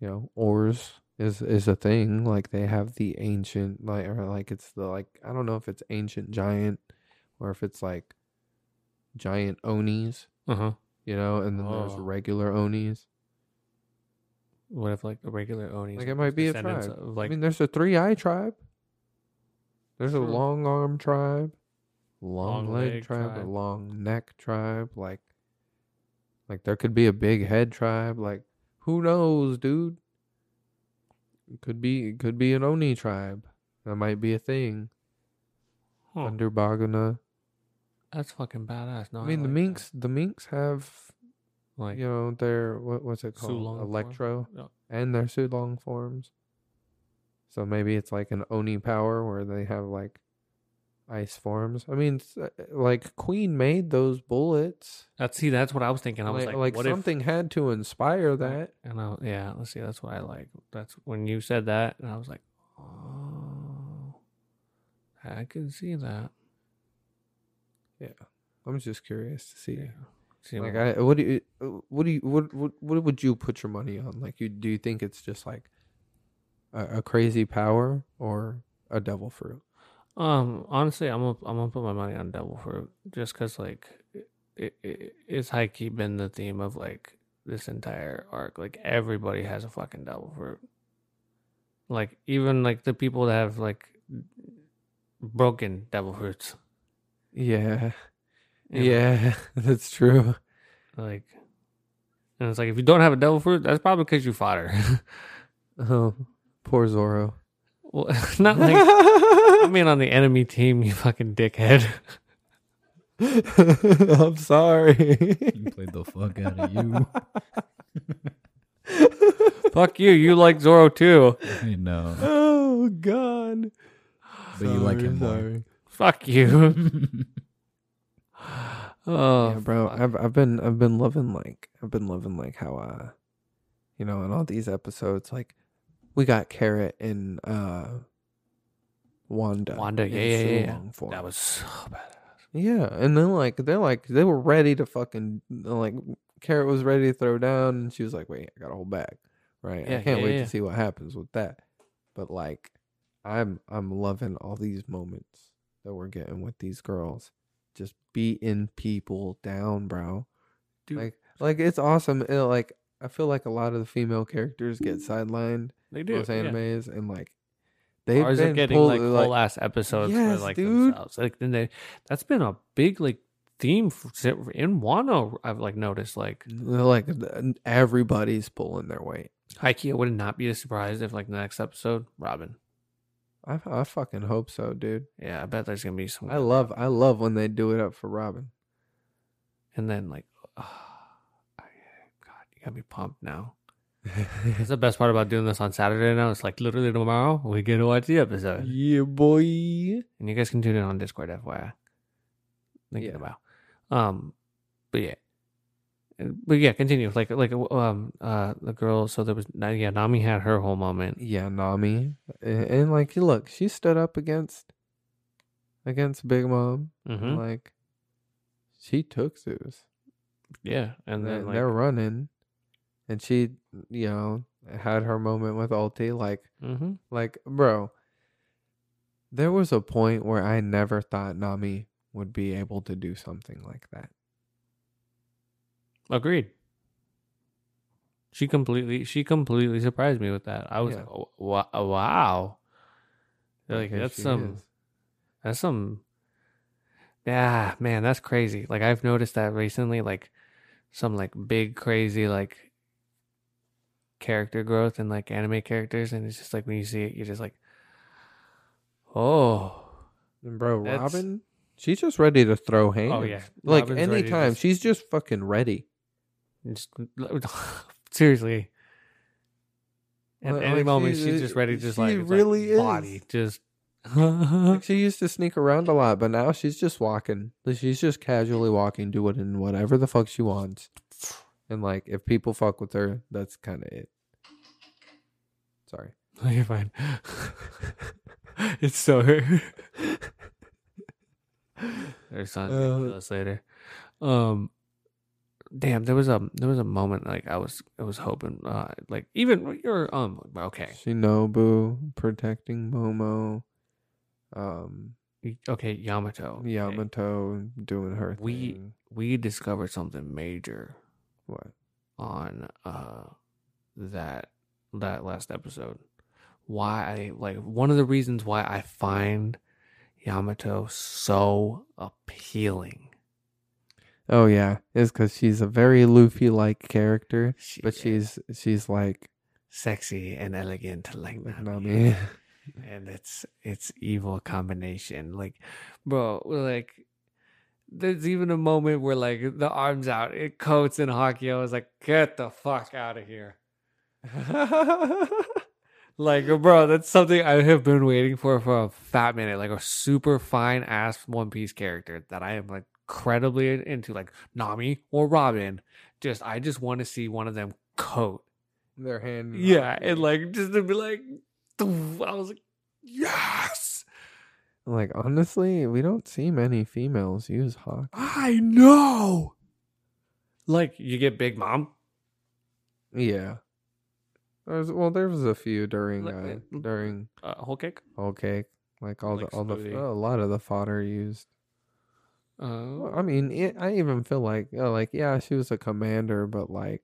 B: You know, oars is is a thing. Like they have the ancient, like or like it's the like I don't know if it's ancient giant, or if it's like giant onis.
A: uh huh.
B: You know, and then there's
A: Oh.
B: regular onis.
A: What if like a regular Oni?
B: Like, it might be a tribe.
A: Of, like
B: I mean, there's a three eye tribe. There's
A: True.
B: a long arm tribe, long, leg,
A: Long-leg
B: tribe,
A: tribe.
B: a long neck tribe. Like, like there could be a big head tribe. Like, who knows, dude? It Could be, it could be an Oni tribe. That might be a thing.
A: huh,
B: Under Baguna.
A: that's fucking badass. No,
B: I mean, the
A: like that.
B: minks, the minks have,
A: like
B: you know, their what, what's it called,
A: Sulong form?
B: electro,
A: Yeah.
B: and their Sulong forms. So maybe it's like an Oni power where they have like ice forms. I mean, s- uh, like Queen made those bullets.
A: that's see, that's what I was thinking. I was like,
B: like, like
A: what
B: something had to inspire
A: if
B: that.
A: And I, yeah, let's see. That's what I like. That's when you said that, and I was like, oh, I can see that.
B: I'm just curious to see.
A: Yeah. See
B: Like,
A: what-
B: I, what do you, uh, what do you, what, what, what would you put your money on? Like, you do you think it's just like a, a crazy power or a devil fruit?
A: Um, honestly, I'm gonna, I'm gonna put my money on Devil Fruit just because like it, it, it's high key been the theme of like this entire arc. Like everybody has a fucking Devil Fruit. Like even like the people that have like broken Devil Fruits.
B: Yeah,
A: you know?
B: yeah, *laughs* that's true.
A: Like, and it's like if you don't have a Devil Fruit, that's probably because you fodder. *laughs* Um,
B: Oh, poor Zoro.
A: well, *laughs* not like I mean on the enemy team, you fucking dickhead. *laughs*
B: *laughs*
A: *laughs*
B: I'm sorry.
C: He played the fuck out of you.
A: Fuck you. You like Zoro too.
C: *laughs* I know.
B: Oh God.
C: But you like him more.
A: Fuck you. Oh,
B: yeah, bro. I've I've been I've been loving like I've been loving like how uh you know in all these episodes like we got Carrot and uh Wanda.
A: Wanda,
B: in
A: yeah, yeah, yeah, yeah.
B: Oolong form.
A: that was so bad.
B: Yeah, and then like they're like they were ready to fucking like Carrot was ready to throw down, and she was like, "Wait, I got to hold back." Right? I
A: Yeah,
B: can't
A: yeah,
B: wait
A: yeah.
B: to see what happens with that. But like, I'm I'm loving all these moments that we're getting with these girls, just beating people down, bro.
A: Dude.
B: Like, like it's awesome. It, like, I feel like a lot of the female characters get sidelined
A: They
B: in
A: do.
B: those
A: yeah.
B: animes, and like they've
A: Ours
B: been
A: are getting
B: pulled,
A: like whole ass episodes
B: Yes,
A: for like
B: dude.
A: themselves. Like then they, that's been a big like theme f- in Wano. I've like noticed like
B: like everybody's pulling their weight.
A: Haikyuu would not be surprised if like the next episode Robin.
B: I, I fucking hope so, dude.
A: Yeah, I bet there's gonna be some.
B: I love I love when they do it up for Robin.
A: and then like, I- God, you gotta be pumped now. That's the best part about doing this on Saturday now. It's like literally tomorrow we get to watch the episode,
B: yeah, boy.
A: and you guys can tune in on Discord, FYI. Thinking
B: Yeah.
A: about, um, but yeah, And- but yeah, continue. Like like um uh the girl. So there was uh, yeah Nami had her whole moment.
B: Yeah, Nami, and, and like, look, she stood up against against Big Mom. and,
A: hmm
B: Like, she took Zeus.
A: Yeah, and
B: they,
A: then like
B: they're running, and she, you know, had her moment with Ulti. Like,
A: hmm
B: like, bro, there was a point where I never thought Nami would be able to do something like that.
A: agreed. She completely she completely surprised me with that. I was
B: Yeah.
A: like, oh, wa- oh, wow. Like
B: here
A: that's
B: she
A: some
B: is.
A: That's some. Yeah, man, that's crazy. Like I've noticed that recently, like some like big crazy like character growth in like anime characters, and it's just like when you see it, you're just like, oh,
B: And bro,
A: That's-
B: Robin, she's just ready to throw hands.
A: oh yeah.
B: Like
A: Robin's ready to
B: anytime,
A: just-
B: she's just fucking ready.
A: just, *laughs* seriously. At
B: Like-
A: any
B: like,
A: moment,
B: she-
A: she's just ready, to just
B: she
A: like it's like
B: really is.
A: body, just. *laughs*
B: Like she used to sneak around a lot, but now she's just walking. Like, She's just casually walking, doing whatever the fuck she wants. And like, if people fuck with her, that's kind of it. Sorry.
A: You're fine. *laughs* it's so her. *laughs* There's something
B: Uh,
A: to us later. Um, damn, there was a there was a moment like I was I was hoping uh like even your um okay
B: Shinobu protecting Momo. Um,
A: okay Yamato okay.
B: Yamato doing her
A: We-
B: thing.
A: we discovered something major
B: What?
A: on uh that that last episode. Why I like one of the reasons why I find Yamato so appealing
B: Oh yeah, is because she's a very Luffy-like character,
A: She
B: but
A: is
B: she's she's like
A: sexy and elegant like
B: like
A: Nami,
B: Nami.
A: and it's it's evil combination. Like, bro, like there's even a moment where like the arms out, it coats and Hakio is like, get the fuck out of here. *laughs* like, bro, that's something I have been waiting for for a fat minute. Like a super fine ass One Piece character that I am like credibly into, like Nami or Robin. Just I just want to see one of them coat
B: Their hand. in
A: yeah,
B: Nami.
A: and like just to be like, I was like, yes,
B: like honestly, we don't see many females use hawk.
A: I know. Like you get Big Mom,
B: Yeah. There's well, there was a few during
A: Like,
B: uh,
A: uh,
B: during
A: uh, whole cake.
B: whole cake. Like all
A: Like
B: the all the
A: smoothie.
B: a lot of the fodder used. Well,
A: Uh,
B: I mean, it, I even feel like uh, like yeah, she was a commander, but like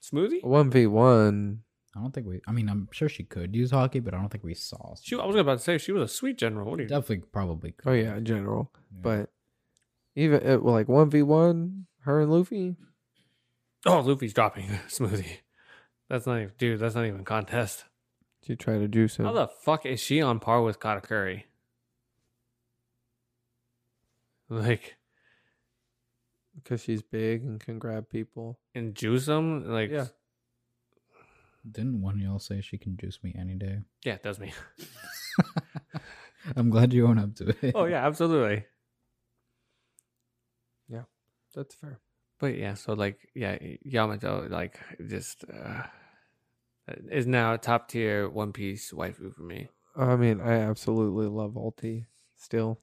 A: smoothie.
B: one v one.
C: *laughs* I don't think we. I mean, I'm sure she could use hockey, but I don't think we saw.
A: She, I was about to say she was a sweet general. What do you?
C: definitely probably. Could.
B: Oh yeah, in general.
C: Yeah.
B: But even it, well, like one v one, her and Luffy.
A: Oh, Luffy's dropping smoothie. That's not even, dude. That's not even contest.
B: She tried to juice him.
A: How the fuck is she on par with Katakuri? Like
B: because she's big and can grab people.
A: and juice 'em? like
B: Yeah.
C: Didn't one of y'all say she can juice me any day? *laughs*
A: Yeah, it does me.
C: I'm glad you own up to it.
A: oh yeah, absolutely.
B: That's fair.
A: But yeah, so like yeah, Yamato like just uh, is now top tier One Piece waifu for me.
B: I mean, I absolutely love Ulti still.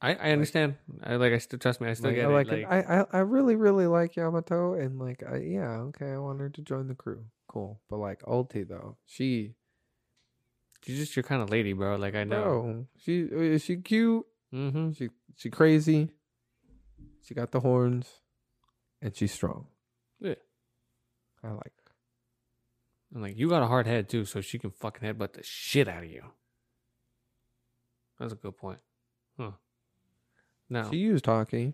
A: I, I understand. I like I still trust me. I still
B: Like,
A: get
B: I like,
A: it.
B: it.
A: like,
B: I, I I really really like Yamato and like I, yeah okay I want her to join the crew cool but like Ulti though she
A: you're just your kind of lady, bro. Like I know.
B: no she uh, is she cute
A: Mm-hmm.
B: she she crazy she got the horns and she's strong
A: Yeah.
B: I like her.
A: And like you got a hard head too, so she can fucking headbutt the shit out of you. That's a good point. Huh. No.
B: she used hockey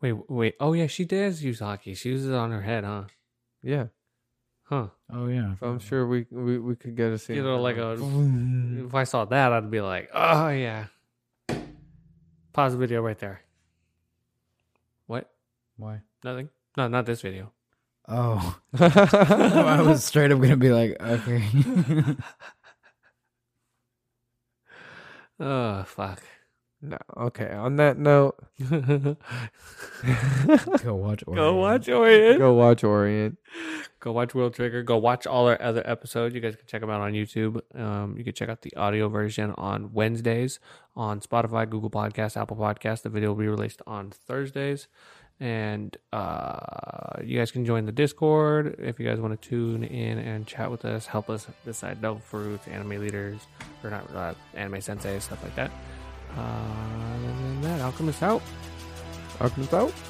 A: wait, wait. Oh yeah, she does use hockey. She uses it on her head, huh?
B: yeah
A: Huh.
C: Oh yeah.
B: so I'm sure we we, we could get a scene
A: You
B: of
A: know,
B: her
A: like Mm-hmm. a-
B: *laughs*
A: *laughs*
B: vroom.
A: If I saw that, I'd be like, oh yeah. Pause the video right there. What? *laughs*
C: Why?
A: Nothing? No, not this video.
C: Oh, *laughs* I was straight up gonna be like, okay. *laughs*
A: Oh fuck. *laughs*
B: no okay on that note
C: Go watch.
A: Go
C: Oreo.
A: watch Orient.
B: go watch Orient
A: Go watch World Trigger. Go watch all our other episodes. You guys can check them out on YouTube. Um, you can check out the audio version on Wednesdays on Spotify, Google Podcasts, Apple Podcasts. The video will be released on Thursdays. And uh, you guys can join the Discord if you guys want to tune in and chat with us, help us decide no fruits, anime leaders, or not uh, anime sensei, stuff like that. Uh, other than that, Alchemist out.
B: Alchemist out.